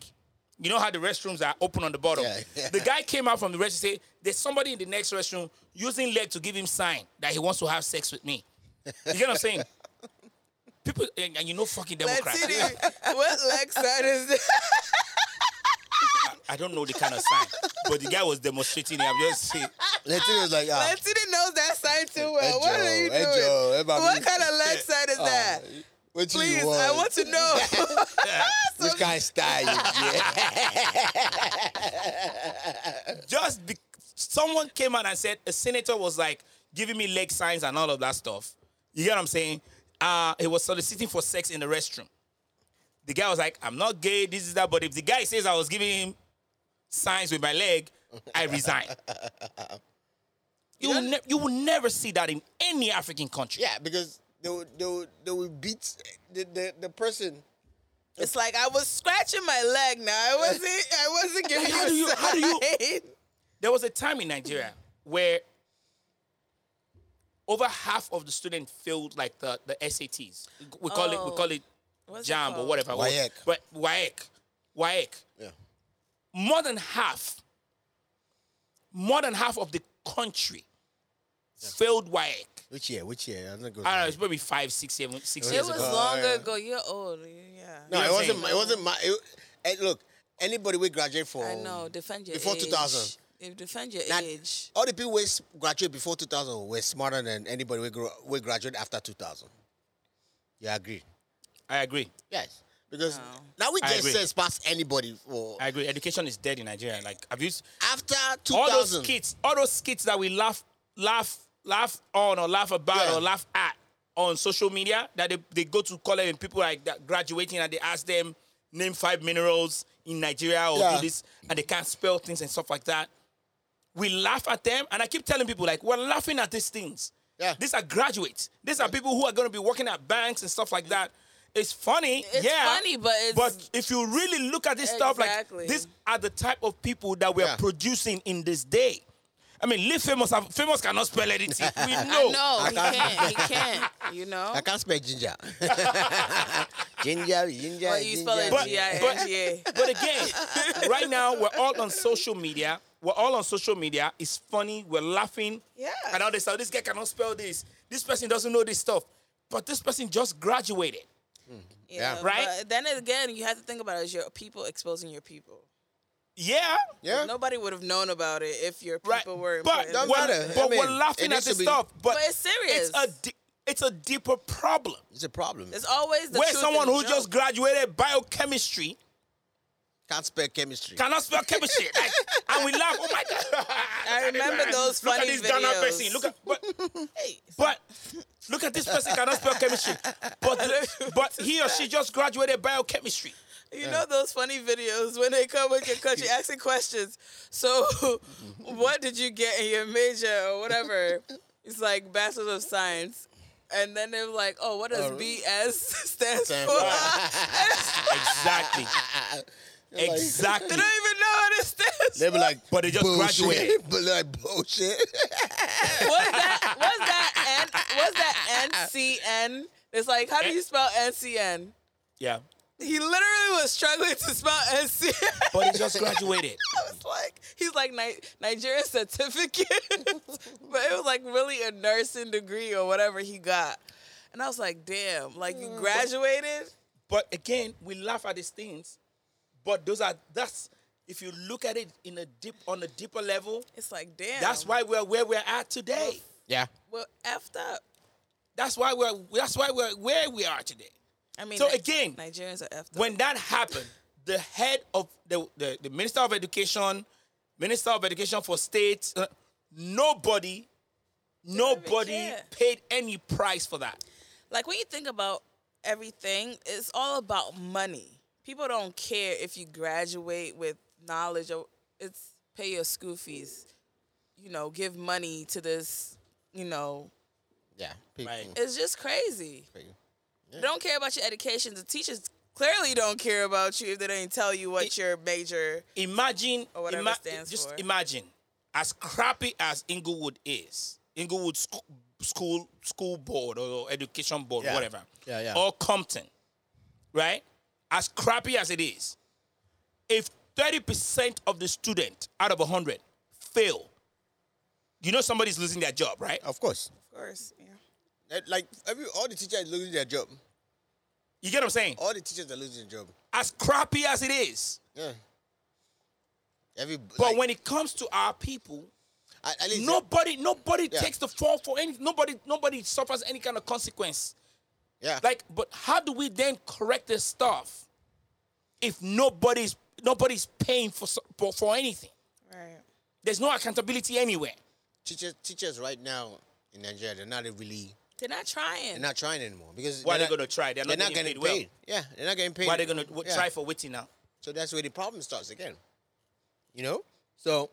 You know how the restrooms are open on the bottom.
Yeah, yeah.
The guy came out from the restroom and said, "There's somebody in the next restroom using leg to give him sign that he wants to have sex with me." You get what I'm saying? People and, and you know fucking
Let's see.
Democrats.
the- what leg side is this?
Oh.
I don't know the kind of sign, but the guy was demonstrating. it. I'm just saying.
Letty was like, ah,
Let's see. the knows that sign too well. What are
Ejo,
you doing?
Ejo, everybody-
What kind of leg side is that?
what Oh, you
Please,
want?
I want to know.
Which kind of style? you get?
just be- someone came out and said a senator was like giving me leg signs and all of that stuff. You get what I'm saying? Uh, he was soliciting for sex in the restroom. The guy was like, "I'm not gay. This is that." But if the guy says I was giving him signs with my leg, I resign. you will ne- you will never see that in any African country.
Yeah, because they would, they would, they would beat the, the, the person.
It's like I was scratching my leg. Now I wasn't. I wasn't giving
How do
you.
you-
a
how do you-
sign.
There was a time in Nigeria where over half of the students failed like the, the SATs. We call it we
Oh.
call it
What's it
jam or
called?
whatever. what-
WAEC.
But WAEC. WAEC.
Yeah.
More than half, more than half of the country failed WAEC.
Which year? Which year? I'm not going.
I don't know, it's maybe five, six, seven, six
It
years
was
ago.
longer ago. You're old.
You
Yeah.
No, it
know what I'm
wasn't.
saying?
It wasn't my. It, eh, look, anybody we graduate from.
I know. Defend your
Before
age.
2000.
If defend your
Now,
age.
All the people we graduate before 2000 were smarter than anybody we, grew, we graduate after 2000. You agree?
I agree.
Yes. Because now we
I
get
agree.
sense past anybody for
I agree. Education is dead in Nigeria. Like have you s-
after
all those
2000.
skits, all those skits that we laugh, laugh, laugh on or laugh about
Yeah.
or laugh at on social media that they, they go to college and people like that graduating and they ask them name five minerals in Nigeria or
Yeah.
do this and they can't spell things and stuff like that. We laugh at them and I keep telling people like we're laughing at these things.
Yeah.
These are graduates. These are people who are going to be working at banks and stuff like that. It's funny,
It's
yeah.
funny, but it's-
but if you really look at this stuff,
Exactly.
like this are the type of people that we're
Yeah.
producing in this day. I mean, live famous. have- Famous cannot spell anything. We
No,
know.
he can't. He can't. You know.
I can't spell ginger. ginger, ginger,
But you spell it
ginger.
But-
G I
but-
N G A.
But again, right now we're all on social media. We're all on social media. It's funny. We're laughing.
Yeah.
And all this stuff. This guy cannot spell this. This person doesn't know this stuff. But this person just graduated.
Yeah.
Right?
But then again, you have to think about it as your people exposing your people.
Yeah.
yeah.
Nobody would have known about it if your
Right.
people were.
but
important.
we're,
Don't matter.
but
I mean,
we're laughing at
it needs to
this
be-
stuff. But,
But it's serious.
It's a di- it's a deeper problem.
It's a problem.
There's always the
where
truth
someone
in
who
the
just
joke.
graduated biochemistry
can't spell chemistry.
cannot spell chemistry, like, and we laugh. Oh my god!
I remember those
Look at
funny
this Ghana
videos.
person. Look at but,
Hey,
but look at this person cannot spell chemistry, but but he or she just graduated biochemistry.
You know those funny videos when they come with your country asking questions. So, what did you get in your major or whatever? It's like Bachelor of Science. And then they're like, oh, what does BS stands for? they
Exactly. Exactly.
don't even know what it stands
They be like,
But they just graduated.
But like bullshit.
for. What's that? What's that? N, what's that NCN? It's like, how do you spell NCN?
Yeah.
He literally was struggling to spell NCN.
But he just graduated.
I was like, he's like Ni- Nigerian certificate, but it was like really a nursing degree or whatever he got. And I was like, damn, like
Mm,
you graduated.
But again, we laugh at these things. But those are that's if you look at it in a deep on a deeper level,
It's like damn.
that's why we're where we're at today.
Yeah.
we're effed up.
That's why we're that's why we're where we are today.
I mean,
So
Ni-
again,
Nigerians are effed
When
up.
that happened, the head of the, the, the Minister of Education, Minister of Education for States, uh, nobody, nobody
care.
paid any price for that.
Like when you think about everything, it's all about money. People don't care if you graduate with knowledge or it's pay your school fees. You know, give money to this. You know,
Yeah.
Right.
it's just crazy.
People.
They don't care about your education. The teachers clearly don't care about you if they didn't tell you what your major.
Imagine,
Or whatever it stands
just
for.
imagine, as crappy as Inglewood is, Inglewood school, school school board or education board,
Yeah.
whatever,
Yeah, yeah.
or Compton, right? As crappy as it is, if thirty percent of the student out of hundred fail, you know somebody's losing their job, right?
Of course.
Of course, yeah.
That- Like every all the teachers are losing their job.
You get what I'm saying?
Oh.
All the teachers are losing their job.
As crappy as it is,
Yeah.
Every
but
like,
when it comes to our people,
At, at least
Nobody, nobody
Yeah.
takes the fall for any. Nobody, nobody suffers any kind of consequence.
Yeah.
Like, but how do we then correct this stuff if nobody's nobody's paying for so- for, for anything?
Right.
There's no accountability anywhere.
teachers teachers right now in Nigeria, they're not really
They're not trying.
they're not trying anymore because
Why
they're
they
not-
gonna try? They're not getting
getting
paid well.
Yeah, they're not getting paid.
Why are they gonna w-
Yeah.
try for waiting now?
So that's where the problem starts again. You know? So,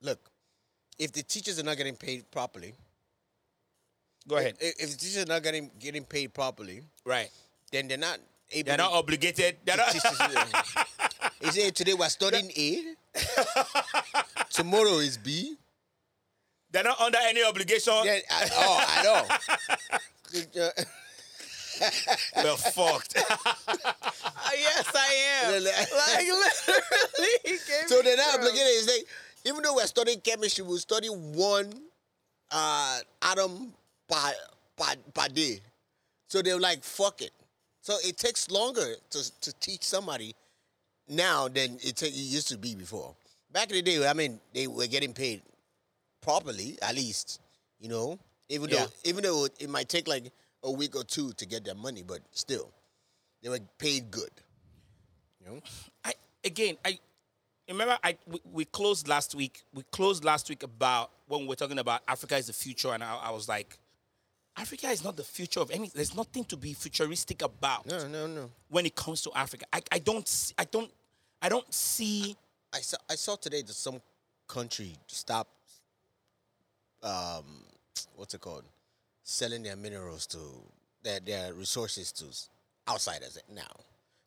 look, if the teachers are not getting paid properly,
Go ahead.
if, if the teachers are not getting getting paid properly,
right.
then they're not able.
They're not obligated. They're not.
not. you say today we're studying A, tomorrow is B.
They're not under any obligation.
Then I, oh, I know. The- uh,
We're fucked.
Oh, yes, I am.
Really?
like literally, he gave
so
me
they're not
the
obligated. It's like, even though we're studying chemistry, we'll study one uh, atom per, per, per day. So they're like, fuck it. So it takes longer to, to teach somebody now than it, ta- it used to be before. Back in the day, I mean, they were getting paid properly, at least, you know. Even though,
Yeah.
even though it might take like a week or two to get their money, but still, they were paid good.
I again, I remember I we, we closed last week. We closed last week about when we were talking about Africa is the future, and I, I was like, Africa is not the future of any. There's nothing to be futuristic about
No, no, no.
when it comes to Africa. I, I don't see- I don't I don't see
I saw I saw today that some country stopped um what's it called selling their minerals to their their resources to s- outsiders now.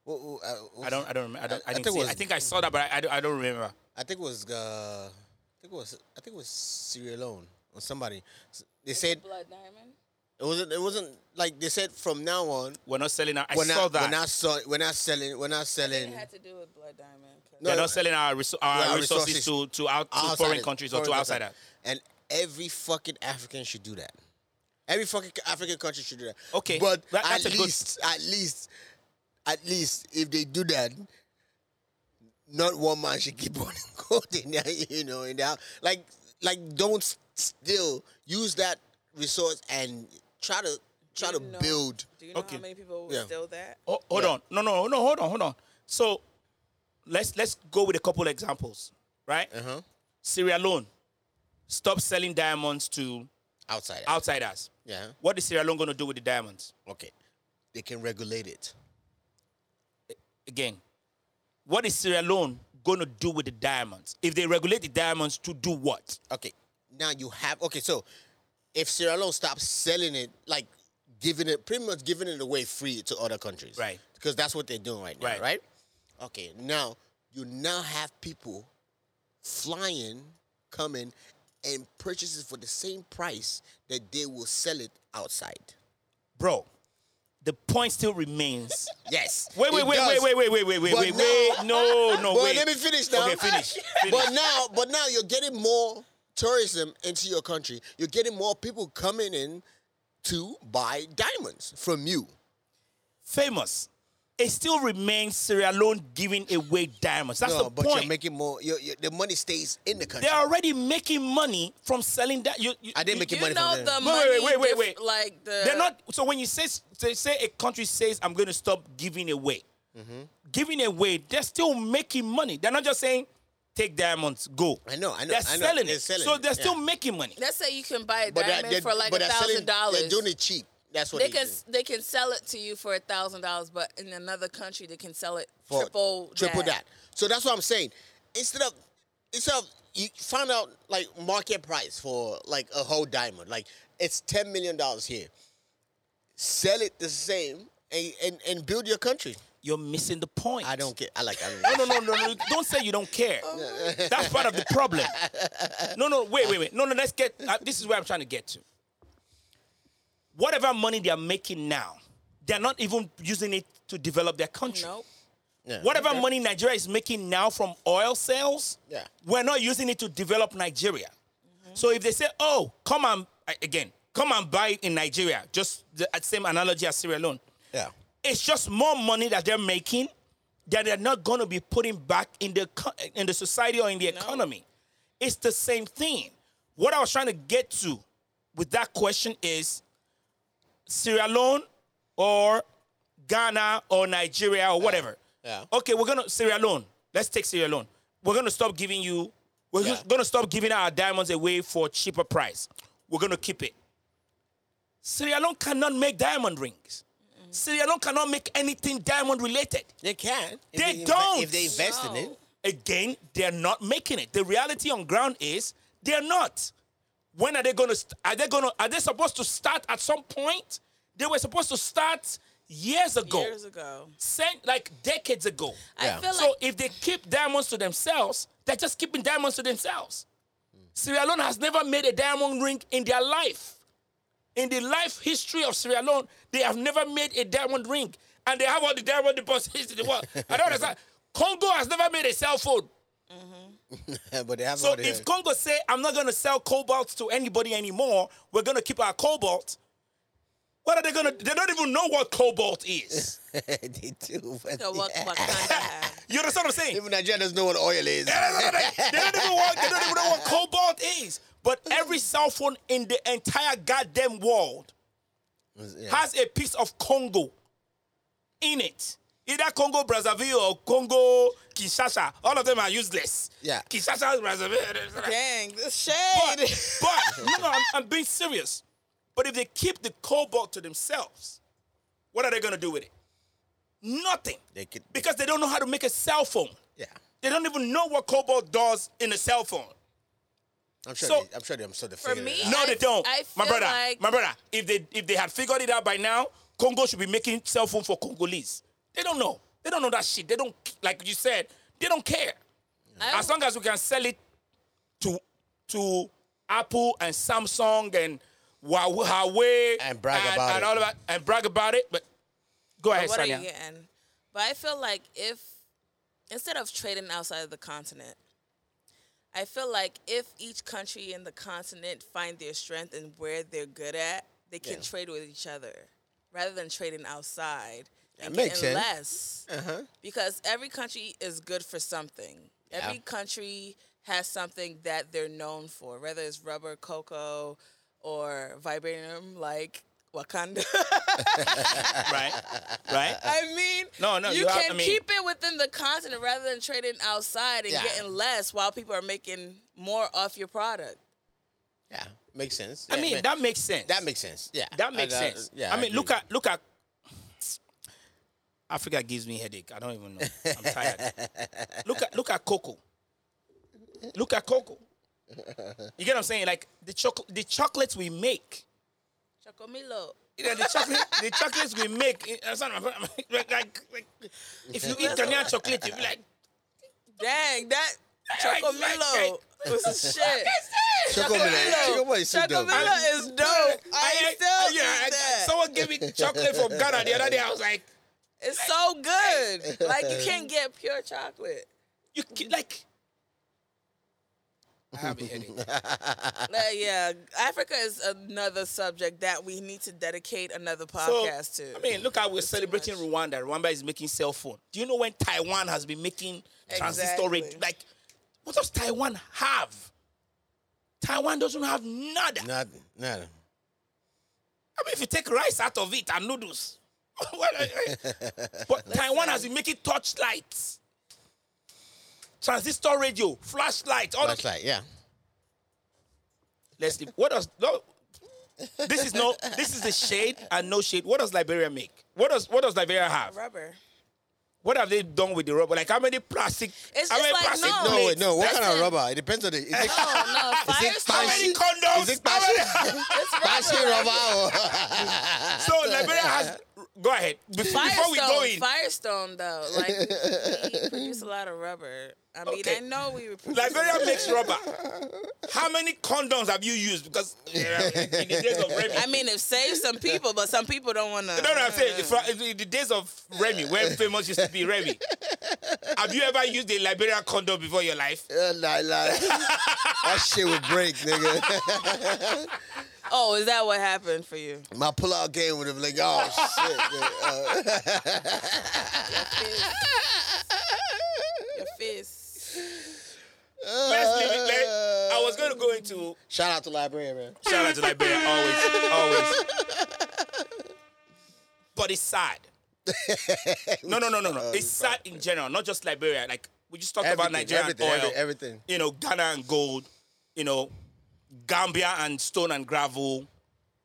Wha- wha- uh,
I don't I don't remember I don't I,
I
didn't
think
see it.
it was-
I think I saw that, but I, I, don't, I don't remember.
I think it was uh, I think it was I think it was Sierra Leone or somebody. S- They said
Blood diamond.
it wasn't it wasn't like they said from now on
We're not selling our. I
we're
saw
not
that.
we're not so, we're not selling we're not
It
selling
had to do with blood diamond. 'cause-
They're not selling our, reso- our,
Yeah, our
resources,
resources
to to, out, to foreign
Outsiders,
countries or
foreign
to
countries.
outsiders.
And every fucking African should do that. Every fucking African country should do that.
Okay,
but
that-
at
that's a good-
least, at least, at least, if they do that, not one man should keep on going. there, You know, in there. like, like, don't s- still use that resource and try to try
Do
to
you know-
build.
Do you know
Okay.
how many people would
Yeah.
steal that?
Oh, hold on. No, no, no. Hold on, hold on. So let's let's go with a couple examples, right?
Uh-huh.
Sierra Leone stop selling diamonds to
outside.
outsiders.
Yeah.
What is Sierra Leone going to do with the diamonds?
Okay, they can regulate it.
Again, what is Sierra Leone going to do with the diamonds? If they regulate the diamonds to do what?
Okay, now you have okay. So if Sierra Leone stops selling it, like giving it, pretty much giving it away free to other countries,
Right.
Because that's what they're doing right now,
Right.
right? Okay, now you now have people flying, coming, and purchases for the same price that they will sell it outside.
Bro, the point still remains.
Yes.
Wait, wait,
it
wait,
does.
wait, wait, wait, wait, wait, wait,
But
wait,
now-
wait. No, no,
But
wait.
let me finish now.
Okay, finish. finish.
But now, but now you're getting more tourism into your country. You're getting more people coming in to buy diamonds from you.
famous it still remains Sierra Leone giving away diamonds. That's
No,
the
but
point.
you're making more. You're, you're, the money stays in the country.
They're already making money from selling that. You, you,
I didn't
you-
make it
You
money
know
from
the
there.
money.
Wait, wait, wait, wait,
diff-
wait.
Like the.
They're not. So when you say they say a country says I'm going to stop giving away,
Mm-hmm.
giving away, they're still making money. They're not just saying take diamonds, go.
I know, I know,
They're
I know.
selling
They're
it.
selling
so
it,
they're
yeah.
still making money.
Let's say you can buy a
But they're-
diamond
they're-
for like
but
a
they're selling-
thousand dollars.
They're doing it cheap. That's what
They
they,
can
do.
they can sell it to you for a thousand dollars, but in another country they can sell it
for
triple
triple that. So that's what I'm saying. Instead of instead of you find out like market price for like a whole diamond, like it's ten million dollars here. Sell it the same and, and, and build your country.
You're missing the point.
I don't care. I like. I don't
No, no, no, no, no. Don't say you don't care. That's part of the problem. No, no, wait, wait, wait. No, no, let's get. Uh, this is where I'm trying to get to. Whatever money they're making now, they're not even using it to develop their country.
Nope.
Whatever money Nigeria is making now from oil sales,
Yeah. Mm-hmm.
we're not using it to develop Nigeria. So if they say, "Oh, come and I- again, come and buy it in Nigeria," just the uh, same analogy as Sierra Leone,
yeah.
it's just more money that they're making that they're not going to be putting back in the co- in the society or in the economy. It's the same thing. What I was trying to get to with that question is Sierra Leone or Ghana or Nigeria or whatever.
yeah.
Okay, we're gonna Sierra Leone. Let's take Sierra Leone. We're gonna stop giving you. We're
Yeah.
gonna stop giving our diamonds away for cheaper price. We're gonna keep it. Sierra Leone cannot make diamond rings. Sierra Leone cannot make anything diamond related.
They can. If
They
inve-
don't.
If they invest in it,
No.
Again, they're not making it. The reality on ground is they're not. When are they going to? St- are they going to? Are they supposed to start at some point? They were supposed to start years ago,
Years ago,
Cent- like decades ago.
I feel
So
like
if they keep diamonds to themselves, they're just keeping diamonds to themselves. Sierra Leone has never made a diamond ring in their life. In the life history of Sierra Leone, they have never made a diamond ring. And they have all the diamond deposits in the world. I don't understand. Congo has never made a cell phone.
but they have
So
all the.
if Congo say, I'm not going to sell cobalt to anybody anymore, we're going to keep our cobalt, what are they going to They don't even know what cobalt is.
they do. but-
a what what kind of have.
You understand what I'm saying?
Even Nigeria doesn't know what oil is.
they don't even want, they don't even know what cobalt is. But every cell phone in the entire goddamn world
Yeah.
has a piece of Congo in it. Either Congo Brazzaville or Congo Kinshasa. All of them are useless.
Yeah.
Kinshasa, Brazzaville.
Dang, this
But,
shade.
but no, no, I'm, I'm being serious. But if they keep the cobalt to themselves, what are they going to do with it? Nothing.
They could-
because they don't know how to make a cell phone.
Yeah.
They don't even know what cobalt does in a cell phone.
I'm sure.
So-
they, I'm sure. They, I'm sure they
For
figured
me,
it out.
No,
I-
they don't.
I
my
feel
brother,
like-
my brother. If they if they had figured it out by now, Congo should be making cell phone for Congolese. They don't know. They don't know that shit. They don't like you said. They don't care.
I-
As long as we can sell it to to Apple and Samsung and Wa- Huawei
And brag about
and
it.
all about and brag about it. But go ahead,
what are you
Sonia.
getting? But I feel like if instead of trading outside of the continent, I feel like if each country in the continent find their strength and where they're good at, they can trade with each other rather than trading outside and
makes
getting
sense.
less.
Uh-huh.
Because every country is good for something. Every country has something that they're known for, whether it's rubber, cocoa, or vibranium, like Wakanda.
Right, right.
I mean,
No, no,
you,
you have-
can
I mean-
keep it within the continent rather than trading outside and
Yeah.
getting less while people are making more off your product.
Yeah, makes sense.
I
Yeah,
mean
ma-
that makes sense.
that makes sense. Yeah,
That makes
I- I-
sense.
Yeah,
I mean,
agree.
look at look at Africa gives me headache. I don't even know. I'm tired. look at look at cocoa. Look at cocoa. You get what I'm saying? Like the chocolate, the chocolates we make.
Chocomilo.
You know, the chocolate, the chocolates we make. eh, I'm sorry, my brother, like, like, like, if you eat Ghanaian chocolate, you'll be like,
Dang, that
Right, right,
Chocomilo was shit.
Chocomilk.
Chocomilo is dope. I, still eat
I-
that.
someone gave me chocolate from Ghana the other day. I was like,
it's so good. Like you can't get pure chocolate.
you ki- like I have a headache.
Uh, yeah, Africa is another subject that we need to dedicate another podcast to.
I mean, look how we're celebrating Rwanda. Rwanda is making cell phone. Do you know when Taiwan has been making transistor radio?
Exactly.
Like, what does Taiwan have? Taiwan doesn't have nada.
Nothing. Nothing.
I mean, if you take rice out of it and noodles, Well, I- I- but Taiwan has been making torchlights, transistor radio, flashlights, all that.
That's right. Yeah.
Let's leave. What does no, this is no this is the shade and no shade. What does Liberia make? What does what does Liberia have?
rubber.
What have they done with the rubber? Like how many plastic?
It's
how
just
many
like,
plastic
no.
No, wait,
plates?
no. What kind of
Listen.
rubber? It depends on the. Is it
No,
How
Firestone.
many condoms?
Is it
How many-
passion rubber? or-
so Liberia has. Go ahead. Before, before we go in,
Firestone, though, like we produce a lot of rubber. I mean,
Okay.
I know we were producing
Liberia makes rubber. How many condoms have you used? Because yeah, in the days of Remy,
I mean, it saved some people, but some people don't want to.
no, no, I'm saying if- in the days of Remy, when famous used to be Remy. Have you ever used a Liberian condom before your life?
Yeah, nah, nah. uh, that shit would break, nigga.
Oh, is that what happened for you?
My pull-out game would have been like, oh shit. nigga. Uh,
Your fist.
Let's leave it there. I was going to go into
shout out to Librarian, man.
Shout out to Liberia, always, always. But it's sad. no, no, no, no, no. It's sad in general, not just Liberia. Like we just talked about
Oh, Everything,
Nigeria
everything,
and oil,
every- everything.
You know, Ghana and gold. You know, Gambia and stone and gravel.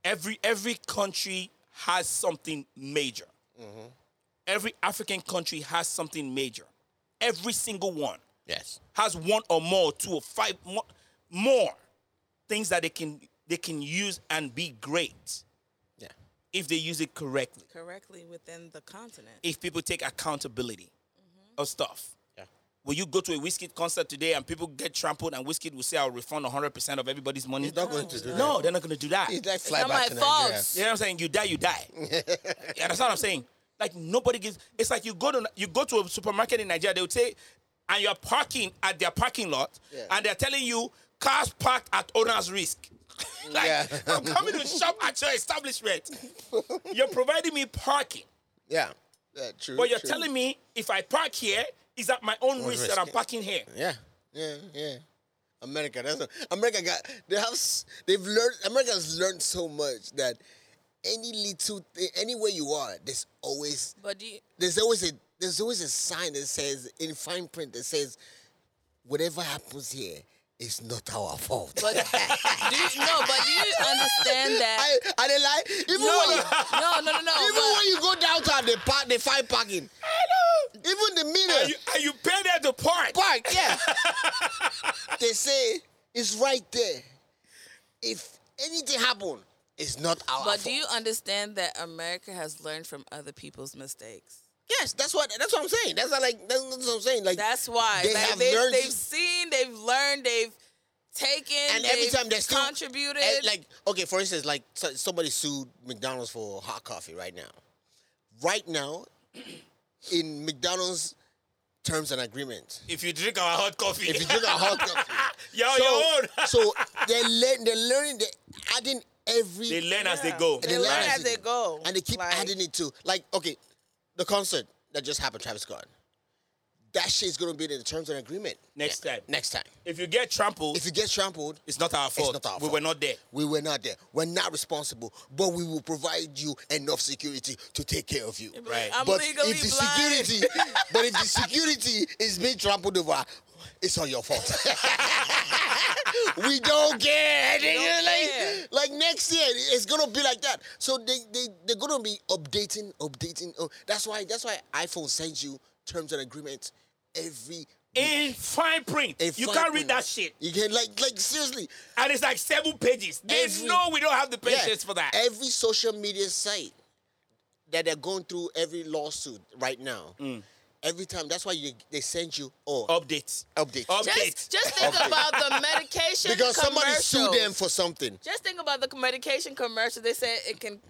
Every every country has something major.
Mm-hmm.
Every African country has something major. Every single one
Yes.
has one or more, two or five more, more things that they can they can use and be great
Yeah.
if they use it correctly.
Correctly within the continent.
If people take accountability of stuff.
Yeah.
Will you go to a whiskey concert today and people get trampled and whiskey will say I'll refund 100% of everybody's money?
He's not going to do
no, they're not going to do that.
that. He's like fly
Not my
back to Nigeria.
fault.
You know what I'm saying? You die, you die. you understand what I'm saying? Like nobody gives. It's like you go to you go to a supermarket in Nigeria. They would say, and you're parking at their parking lot, and they're telling you cars parked at owner's risk. like
Yeah.
I'm coming to shop at your establishment. you're providing me parking,
Yeah. Yeah, true.
but you're
true.
telling me if I park here, it's at my own risk, that
risk,
I'm
yeah.
parking here.
Yeah. Yeah. Yeah. America. That's what, America got. They have. s- They've learned. America's learned so much that any little thing, anywhere you are, there's always
But do you,
there's always a there's always a sign that says in fine print that says whatever happens here is not our fault.
but do you, no, but do you understand that?
I, I didn't lie. Even when you,
No, no, no, no, no.
even
but-
when you go downtown, they park, they find parking. Even the
And
minute
you, and you pay them to park.
park, yeah. they say it's right there. If anything happen, it's not our fault.
But do you understand that America has learned from other people's mistakes?
Yes, that's what that's what I'm saying. That's not like that's, that's what I'm saying. Like
That's why
They
like,
have
they've,
learned-
they've seen, they've learned, they've taken,
and every
they've
time they're still
contributed.
and, like okay, for instance, like so, somebody sued McDonald's for hot coffee right now. Right now, in McDonald's terms and agreement,
If you drink our hot coffee,
if you drink a hot coffee,
you're on your own.
so they're learn, they're learning, they're adding every
they learn as they go.
They
learn
learn as they go.
and they keep
Like-
adding it to like okay, the concert that just happened, Travis Scott. That shit's gonna be in the terms and agreement
Next time.
Next time,
If you get trampled,
if you get trampled,
It's not our fault.
not our
we
fault.
were not there.
We were not there. We're not responsible, but we will provide you enough security to take care of you.
Right.
I'm
But
legally
if the
blind.
security, but if the security is being trampled over, it's all your fault. we don't care.
don't
like,
care.
like next year, it's gonna be like that. So they they they're gonna be updating, updating. Oh, that's why that's why iPhone sends you terms and agreements every.
In fine print.
a
you
fine
can't
print.
read that shit.
You can like like seriously.
And it's like seven pages. They
Every-
know we don't have the
Yeah.
patience for that.
Every social media site that they're going through every lawsuit right now. Every time, that's why you, they send you oh
Updates.
update
oh,
Updates.
just, just think about the medication
because somebody sued
commercials.
them for something.
Just think about the medication commercial. They said it can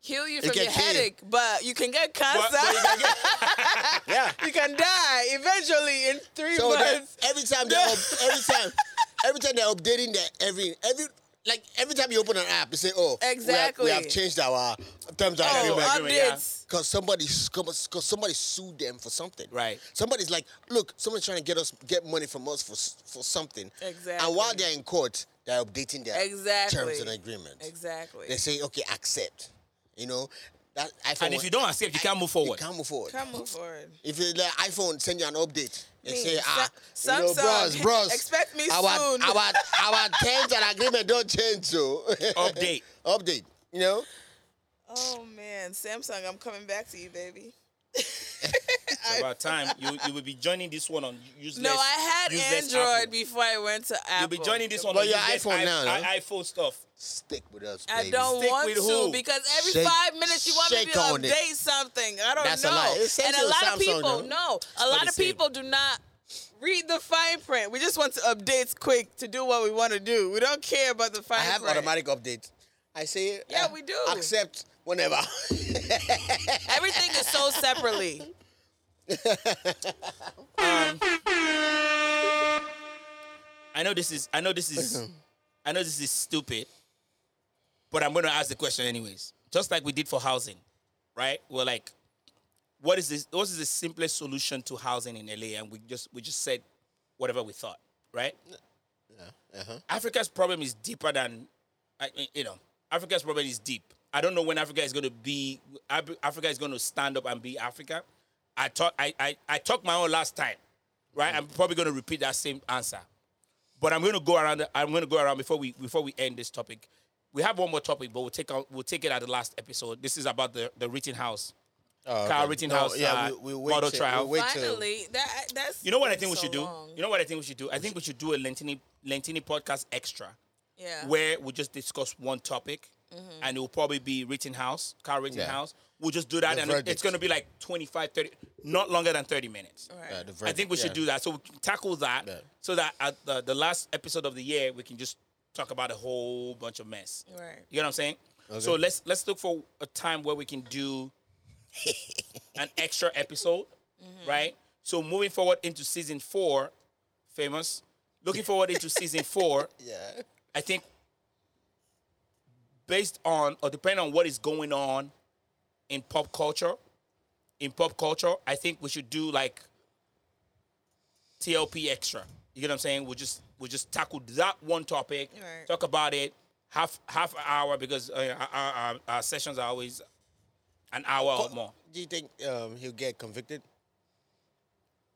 heal you from
can
your
kill you.
headache, but you can get cancer.
But- but you can get-
Yeah.
you can die eventually in three
So that-
months.
every time they up, every time every time they're updating their every every like every time you open an app, you say, "Oh, we have-
Exactly.
we have, changed our terms of
Oh,
agreement."
agreement, yeah.
updates.
Cause somebody, cause somebody sued them for something.
Right.
Somebody's like, look, someone's trying to get us get money from us for s- for something.
Exactly.
And while they're in court, they're updating their
Exactly.
terms and agreements.
Exactly.
They say, okay, accept. You know, that iPhone.
And if you don't accept, you can't move forward.
You can't move forward.
Come on forward.
If you let iPhone send you an update, they
Me,
say, ah,
Sa-
you know,
Samsung,
bros, bros.
expect me
our,
soon."
Our, our terms and agreement don't change, so.
Update.
Update, you know?
Oh man, Samsung, I'm coming back to you, baby.
It's about time you you will be joining this one on useless.
No, I had
useless
Android
Apple.
before I went to Apple.
You'll be joining this one
But
on
your
useless
iPhone
i-
now, no?
i- iPhone stuff.
Stick with us,
I
baby.
don't
Stick
want
with
to
who?
because every
Shake-
five minutes you want me to
shake on it.
update something. I don't
That's a
know.
lie. It says
and
it
a
was
lot of
Samsung,
people
though.
no, a lot
it
of
said.
people do not read the fine print. We just want to updates quick to do what we want to do. We don't care about the fine
I have
print.
automatic update. I say,
Yeah,
uh,
we do.
Accept whenever.
Everything is sold separately.
Um, I know this is I know this is I know this is stupid, but I'm gonna ask the question anyways. Just like we did for housing, right? We're like, what is this what is the simplest solution to housing in LA? And we just we just said whatever we thought, right?
uh-huh.
Africa's problem is deeper than I mean, you know, Africa's problem is deep. I don't know when Africa is going to be. Ab- Africa is going to stand up and be Africa. I talk. I I, I talked my own last time, right?
Mm.
I'm probably going to repeat that same answer, but I'm going to go around. the- I'm going to go around before we before we end this topic. We have one more topic, but we'll take out, we'll take it at the last episode. This is about the the Rittenhouse, oh, Kyle Rittenhouse
yeah,
uh,
we- we'll wait
model
till-
trial.
we'll wait till-
Finally, that that's
You know what I
been
think we
so
should do?
long.
You know what I think we should do? I think we should do a Lentini Lentini podcast extra
yeah.
where we just discuss one topic,
Mm-hmm.
and it will probably be Rittenhouse, Carl Rittenhouse. We'll just do that,
The
and it's
verdict.
going to be like 25, 30, not longer than 30 minutes.
All right.
Yeah, Uh, the
I
verdict,
think we
yeah.
should do that. So we can tackle that
Yeah.
so that at the, the last episode of the year, we can just talk about a whole bunch of mess.
Right.
You know what I'm saying? So let's let's look for a time where we can do an extra episode, right? So moving forward into season four, famous. Looking forward into season four,
Yeah.
I think based on or depending on what is going on in pop culture, in pop culture, I think we should do like TLP extra. You get what I'm saying? We'll just we'll just tackle that one topic,
Right.
talk about it half half an hour because uh, our, our, our- our sessions are always an hour or more.
Do you think um, he'll get convicted?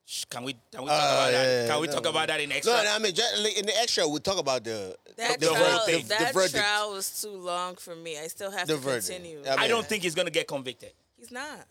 Shh, Can we can we talk about that?
Ah, yeah,
Can we
no.
talk about that in extra?
No, no, I mean, just, like, in the extra, we'll talk about the
That
the,
trial,
whole thing.
that
the verdict.
trial was too long for me. I still have
The
to
verdict.
continue.
I mean-
I don't think he's gonna get convicted.
he's not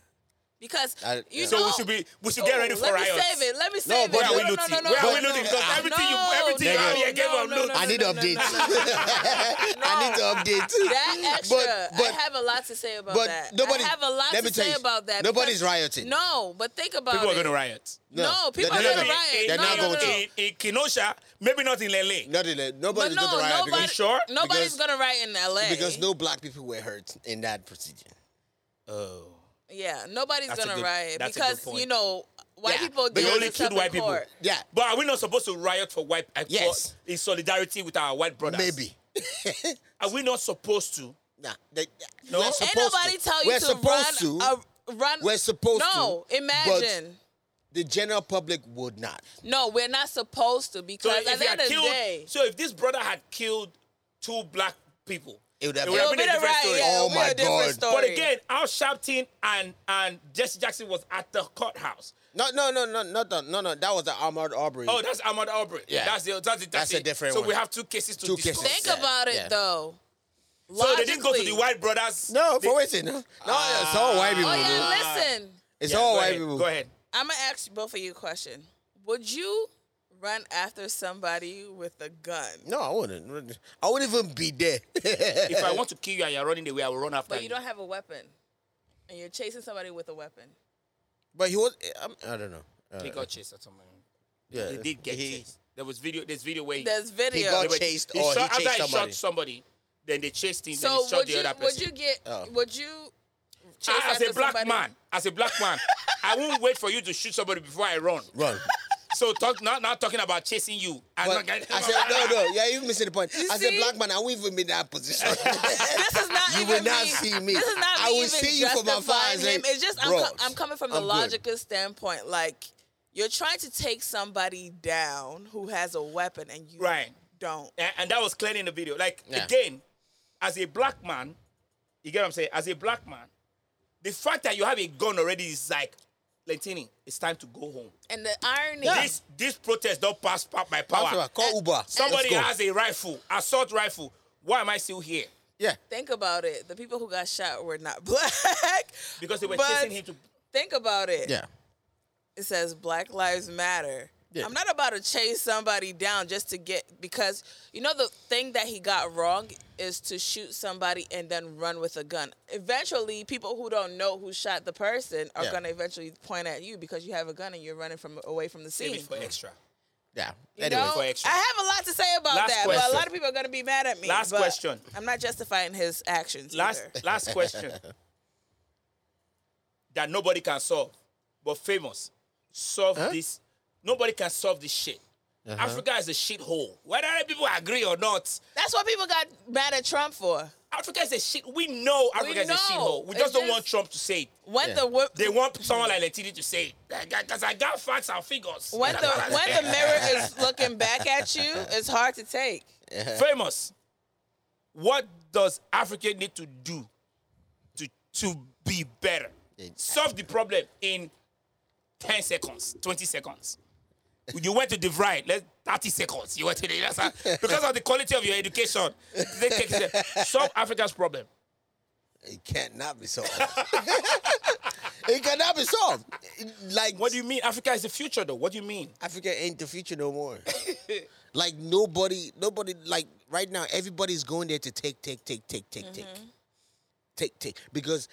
because
I-
you
yeah.
So
know.
we should be we should get
Oh,
ready for
let
riots.
me save it. Let me save it.
but
Where are we
no, no,
looting?
no, no,
Where are
no,
we
no,
looting? Because
no,
everything you-
no,
everything you
no,
out here gave
no,
up
no,
loot.
no,
I
no,
need
no, no,
updates.
no, no.
I need to update.
That extra,
But, but
I have a lot to say about
but
that.
nobody-
I have a lot
let
to
me tell
say
you,
about that.
nobody's
because-
rioting.
No, but think about
People
it.
are gonna riot.
No, people
they're
are
not
gonna
gonna-
riot.
they're
no,
not
no,
going
no,
to.
no.
in, in Kenosha, maybe not in LA.
Not in the,
But
nobody's
no,
going to riot
nobody,
because,
sure?
nobody's
Because-
gonna riot in L.A.
because no black people were hurt in that procedure.
Oh.
yeah, nobody's
That's a
gonna
good-
riot
that's a good
because
point.
you know white
Yeah,
people.
They
deal
only
with stuff
killed white
in
people.
court.
Yeah.
But are we not supposed to riot for white uh,
Yes.
for- in solidarity with our white brothers?
Maybe.
Are we not supposed to?
Nah, they,
No.
we're
Ain't
supposed
nobody
to.
tell you
we're
to
supposed
run,
to.
A, run.
We're supposed
no,
to,
imagine.
the general public would not.
No, we're not supposed to
So
because
if
at
he
the
had
end of the
killed-
day,
so if this brother had killed two black people,
It would have
would
been-
have
it'll
been a
the
different
riot.
story.
Yeah,
Oh
it'll be
my
a different
God.
Story.
But again, Al Sharpton and and Jesse Jackson was at the courthouse.
No, no, no, no, not the, no, no. That was the Ahmad Aubrey.
Oh, that's Ahmad Aubrey.
Mm. Yeah.
That's the, that's, the, that's,
That's a
it.
different
So we
one.
have two cases to
Two
discuss.
cases.
think
Yeah,
about it
yeah.
though.
So they didn't go to the
Logically.
white brothers.
no,
They-
for waiting. No, no, it's all white people.
Oh
dude.
yeah, listen.
It's
Yeah,
all
go
white
ahead.
people.
Go ahead.
I'm gonna ask both of you a question. Would you run after somebody with a gun?
No, I wouldn't. I wouldn't even be there.
If I want to kill you and you're running away, I will run after
But you don't have a weapon, and you're chasing somebody with a weapon.
but he was. I'm, I don't know. I don't
He
know.
got chased at some point.
yeah.
Uh, He did get
He-
chased. There was video. There's video where he,
There's video.
got
they were-
chased or he
shot,
chased
after
somebody.
He shot somebody. Then they chased him.
So
then he shot
would
the
you
other person.
would you get
Oh.
would you chase
I- as
after
a black
somebody?
man, as a black man, I won't wait for you to shoot somebody before I run.
Run.
So talk not not talking about chasing you. I'm
But
not-
I said, no, no, you're even missing the point. As
see?
a black man, I won't even be in that position.
This is not
You
even
will not
me.
see me.
This is not
I
me
will
even
see you from afar
justifying
and say,
him. It's just I'm,
"Bros,
co- I'm coming from the
I'm good."
logical standpoint. Like you're trying to take somebody down who has a weapon and you
Right.
don't.
Eh, and, and that was clearly in the video. Like
Yeah.
again, as a black man, you get what I'm saying? As a black man, the fact that you have a gun already is like, Lentini, it's time to go home.
And the irony.
This this protest don't pass pa- my power. Eh,
Call Uber.
Somebody
Let's go.
has a rifle, assault rifle. Why am I still here?
Yeah.
Think about it. The people who got shot were not black.
Because they were
But
chasing him to.
Think about it.
Yeah.
It says Black Lives Matter.
Yeah.
I'm not about to chase somebody down just to get because you know the thing that he got wrong is to shoot somebody and then run with a gun. Eventually, people who don't know who shot the person are
Yeah.
gonna eventually point at you because you have a gun and you're running from away from the
Save
scene.
it for extra.
Yeah.
You
Anyway.
know?
for extra.
I have a lot to say about
Last
that, but
question.
a lot of people are gonna be mad at me.
Last
but
question.
I'm not justifying his actions.
Last
either.
last question that nobody can solve, but famous solve this. Nobody can solve this shit.
Uh-huh.
Africa is a shithole. Whether people agree or not,
That's what people got mad at Trump for.
Africa is a shit. We know Africa is a
know.
shithole. We
It's
just don't
just-
want Trump to say it.
When the wo-
They want someone like Lentini to say it. Because I got facts and figures.
when the when the mirror is looking back at you, it's hard to take.
famous. What does Africa need to do to to be better? Solve the problem in 10 seconds, 20 seconds. You went to DeVry, let 30 seconds. You went to the that's how- because of the quality of your education. They take it. Solve Africa's problem.
It cannot be solved. it cannot be solved. Like
What do you mean? Africa is the future though. What do you mean?
Africa ain't the future no more. like nobody, nobody. Like right now, everybody's going there to take, take, take, take, take,
Mm-hmm.
take, take, take, because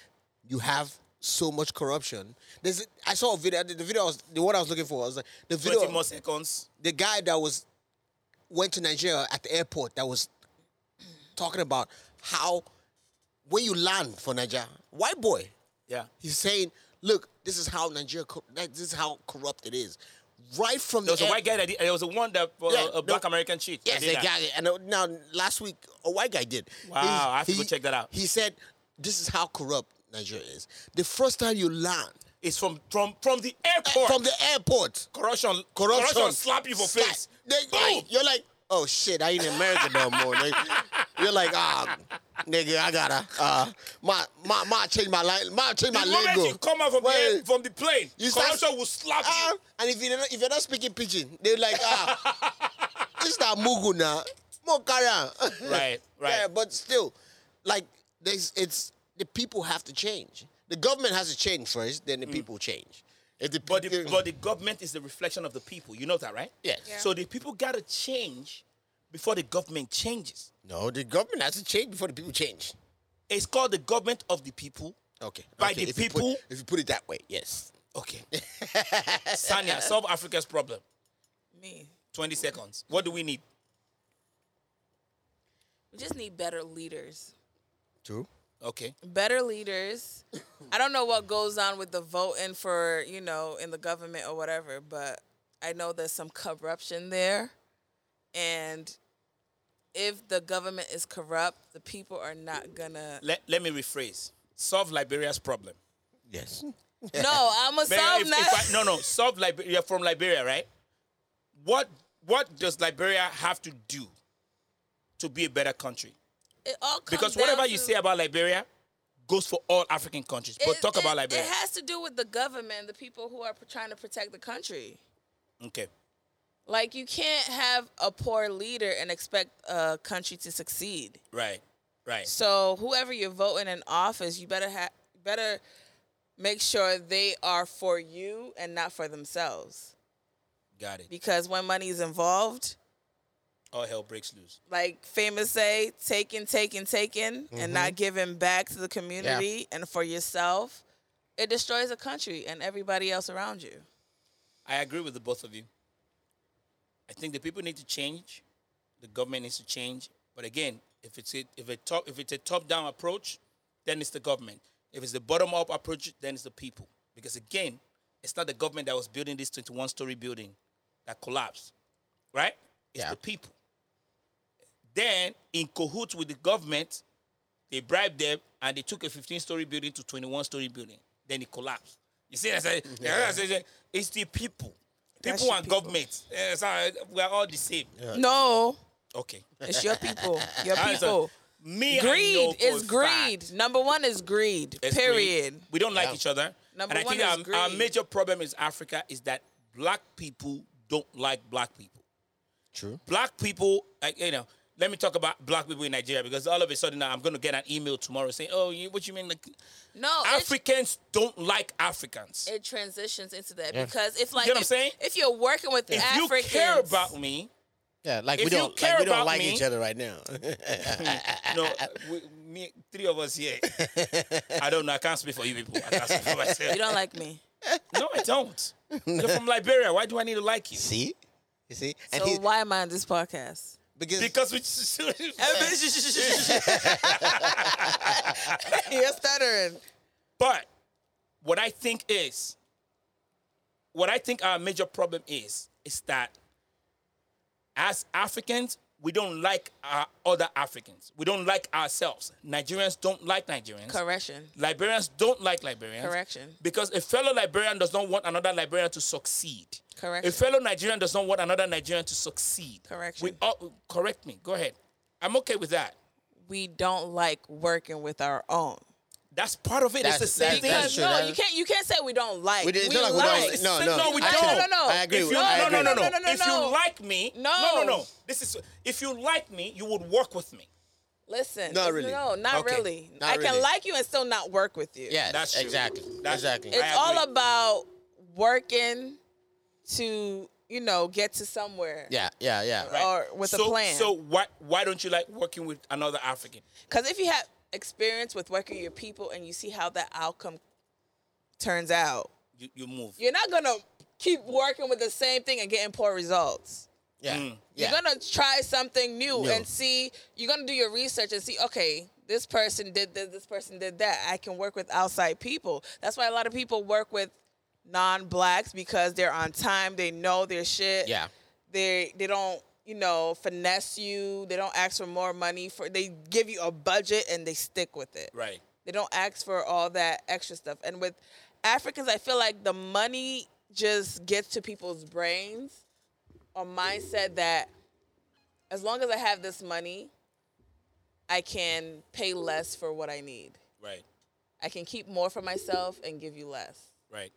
you have so much corruption. There's, I saw a video. The the video I was the one I was looking for. I was like the
20
video.
more seconds.
The guy that was went to Nigeria at the airport that was talking about how when you land for Nigeria, white boy,
Yeah.
He's saying, look, this is how Nigeria, co- like, this is how corrupt it is. Right from
There was
the
a white guy that did, there was a one that uh,
Yeah,
a black
no.
American chief. that
Yes,
did
they
that.
got it. And uh, now last week, a white guy did.
Wow, I have to go check that out.
He said, this is how corrupt Nigeria is. The first time you land
It's from from from the
uh,
airport.
from the airport,
corruption,
corruption,
slap you for
slap.
face.
They,
Boom.
you're like, oh shit, I ain't in America no more. nigga. You're like, ah, nigga, I gotta, uh, my, my, my, change my life, my, change my
The moment
lingo.
you come out from the,
Wait.
air- from the plane,
You start-
corruption will slap
Ah,
you.
and if you're not, if you're not speaking pidgin, they're like, ah, this not Mugu now. More carry on.
Right, right.
Yeah, but still, like, there's, it's the people have to change. The government has to change first, then the people change. If the
Mm. But the,
people,
but the government is the reflection of the people. You know that, right?
Yes. Yeah.
So the people gotta change before the government changes.
no, the government has to change before the people change.
It's called the government of the people.
Okay,
By
okay,
the
if you put-
people-
if you put it that way, yes.
Okay. Sanya, solve Africa's problem.
Me.
20 seconds. What do we need?
We just need better leaders.
True.
Okay.
Better leaders. I don't know what goes on with the voting for, you know, in the government or whatever, but I know there's some corruption there. And if the government is corrupt, the people are not gonna.
Let, let me rephrase. Solve Liberia's problem.
Yes.
No, I'm gonna
Mayor,
solve
if-
that.
if I- no, no. Solve Liberia. You're from Liberia, right? What What does Liberia have to do to be a better country?
It all comes
Because
down
whatever you
to-
say about Liberia goes for all African countries. But
It-
talk about
it-
Liberia.
It has to do with the government, the people who are p- trying to protect the country.
okay.
Like you can't have a poor leader and expect a country to succeed.
Right. Right.
So whoever you're voting in office, you better ha- better make sure they are for you and not for themselves.
Got it.
Because when money is involved,
All hell breaks loose.
like famous say, taking, taking, taking, and not giving back to the community and for yourself, it destroys a country and everybody else around you.
I agree with the both of you. I think the people need to change. The government needs to change. But again, if it's a, if a top if it's a top down approach, then it's the government. If it's the bottom up approach, then it's the people. Because again, it's not the government that was building this 21 story building. that collapse, right? It's
Yeah.
the people. Then, in cahoots with the government, they bribed them and they took a 15 story building to 21 story building. Then it collapsed. You see, that's a, it's the people.
That's
People
the
and
people.
government. Eh, so we are all the same.
No,
Okay.
it's your people. Your
Ah, so
people.
Me I know
Greed
for
is
a
greed.
fact
Number one is greed.
it's greed.
period.
We don't like each other.
Number
and I
one
think
is
our, our
greed.
major problem is Africa is that black people don't like black people. True. Black people, like, you know, let me talk about black people in Nigeria because all of a sudden now I'm going to get an email tomorrow saying, "Oh, you, what you mean? Like,
No, it's-
Africans don't like Africans."
it transitions into that because if like
You know what I'm
if,
saying?
if you're working with
if
Africans,
you care about me,
Yeah, like
If
we
you
don't
care
like, we
about
don't like
me-
each other right now.
Uh,
no, we, me, three of us here. I don't know. I can't speak for you people. I can't speak for myself.
you don't like me.
no, I don't. You're from Liberia. Why do I need to like you?
see, you see, and
So
he,
why am I on this podcast?
because,
Because we.
you're stuttering.
But what I think is, what I think our major problem is, is that as Africans, we don't like our other Africans. We don't like ourselves. Nigerians don't like Nigerians.
Correction.
Liberians don't like Liberians.
Correction.
Because a fellow Liberian does not want another Liberian to succeed.
Correction.
A fellow Nigerian does not want another Nigerian to succeed.
Correction.
We all, correct me. Go ahead. I'm okay with that.
We don't like working with our own.
That's part of it. It's
That's-
the same
that's-
thing.
that's
Because
true.
no,
That-
you can't. You can't say we don't like.
We did- it's
we
not like we
like.
don't- no, no.
we
I-
don't.
no, no, no.
I agree
If
with
you,
I
no,
agree.
no, no,
No,
no,
no, no,
If
no.
you like me,
No.
no, no, no. This is if you like me, you would work with me.
Listen,
Not
it's-
really.
No, not
Okay.
really.
Not
I can
really.
like you and still not work with you.
yeah,
That's true.
exactly,
That's-
exactly.
I
it's all
agree.
about working to you know get to somewhere.
yeah, yeah, yeah.
Or with a
so,
plan.
So why why don't you like working with another African?
Because if you have experience with working with your people and you see how that outcome turns out,
You, you move.
you're not gonna keep working with the same thing and getting poor results.
Yeah, yeah.
You're gonna try something new
No.
and see. You're gonna do your research and see. Okay, this person did this. This person did that. I can work with outside people. That's why a lot of people work with non-blacks because they're on time. They know their shit.
Yeah.
They they don't you know finesse you. They don't ask for more money for. They give you a budget and they stick with it.
Right.
They don't ask for all that extra stuff. And with Africans, I feel like the money just gets to people's brains or mindset that as long as I have this money, I can pay less for what I need.
Right.
I can keep more for myself and give you less.
Right.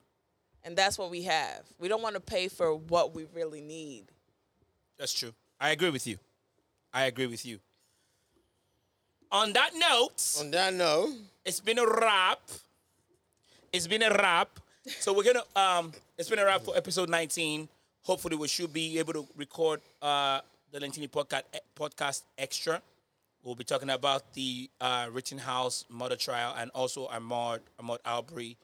And that's what we have. We don't want to pay for what we really need.
That's true. I agree with you. I agree with you. On that note,
On that note,
it's been a wrap. It's been a wrap. So we're gonna um it's been a wrap for episode 19. Hopefully we should be able to record uh the Lentini podcast podcast extra. We'll be talking about the uh Rittenhouse murder trial and also Ahmad Ahmad Albury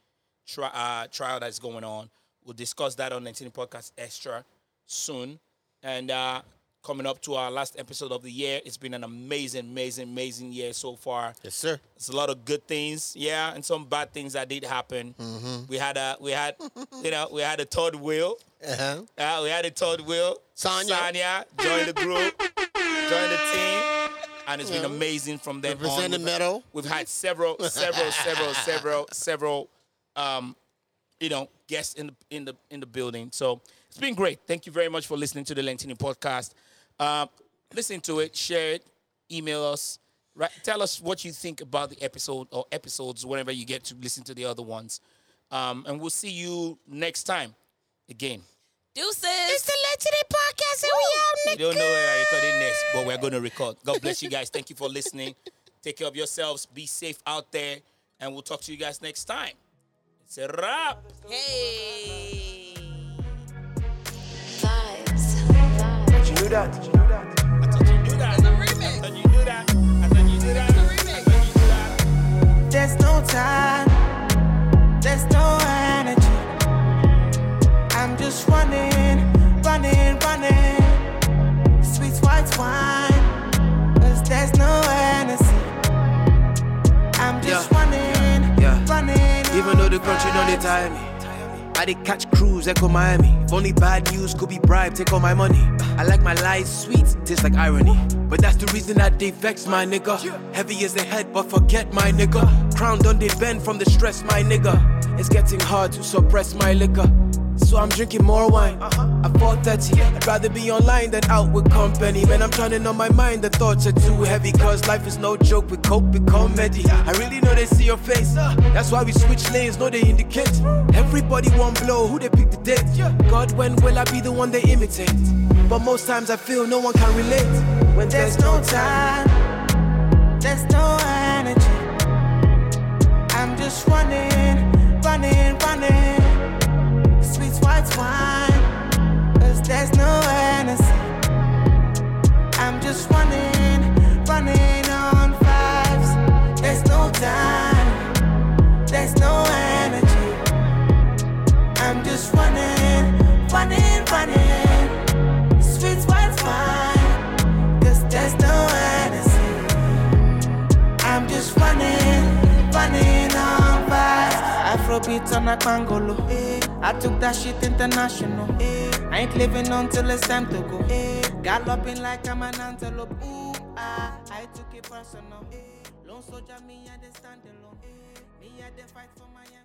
tri- uh, trial that's going on. We'll discuss that on Lentini podcast extra soon. And uh coming up to our last episode of the year. It's been an amazing, amazing, amazing year so far.
yes, sir.
It's a lot of good things, yeah, and some bad things that did happen. We had a, we had, you know, we had a third wheel.
Uh-huh.
Uh, we had a third wheel.
Sonya.
Sonya joined the group, joined the team, and it's been amazing from then on.
Represent the
We've-
medal.
We've had several, several, several, several, several, um, you know, guests in the in the in the building. So it's been great. Thank you very much for listening to the Lentini podcast. Um, listen to it, share it, email us, right? Tell us what you think about the episode or episodes whenever you get to listen to the other ones. Um, and we'll see you next time. Again,
Deuces. It's the Legendary Podcast, and we
we don't know where we're recording next, but we're going to record. God bless you guys. Thank you for listening. Take care of yourselves. Be safe out there, and we'll talk to you guys next time. It's a wrap.
Hey.
Vibes.
I thought you knew that.
That's a remix.
I thought you knew that. I thought you knew that.
That's a
I
remix.
thought you knew that.
There's no time, there's no energy. I'm just running, running, running. Sweet white wine, 'cause there's no energy. I'm just
Yeah.
running,
Yeah.
running.
Even though the country don't they tire me, I did catch crews vibes echo Miami. If only bad news could be bribed, take all my money. I like my lies sweet, tastes like irony. But that's the reason that they vex my nigga. Heavy as the head, but forget my nigga. Crown done they bend from the stress, my nigga. It's getting hard to suppress my liquor. So I'm drinking more wine. I fought 30. I'd rather be online than out with company. Man, I'm turning on my mind. The thoughts are too heavy. Cause life is no joke. We cope with comedy. I really know they see your face. That's why we switch lanes. No, they indicate. Everybody want blow. Who they pick the date? God, when will I be the one they imitate? But most times I feel no one can relate. When
There's no time, there's no energy. I'm just running, running, running. Sweet white wine, cause there's no energy. I'm just running, running on fives. There's no time, there's no energy. I'm just running, running, running. Sweet white wine. Cause there's no Hennessy I'm just running, running on fast Afrobeats on a bangolo I took that shit international I ain't living until it's time to go Galloping like I'm an antelope Ooh, ah, I took it personal Lone soldier, me I dey stand alone Me I dey fight for my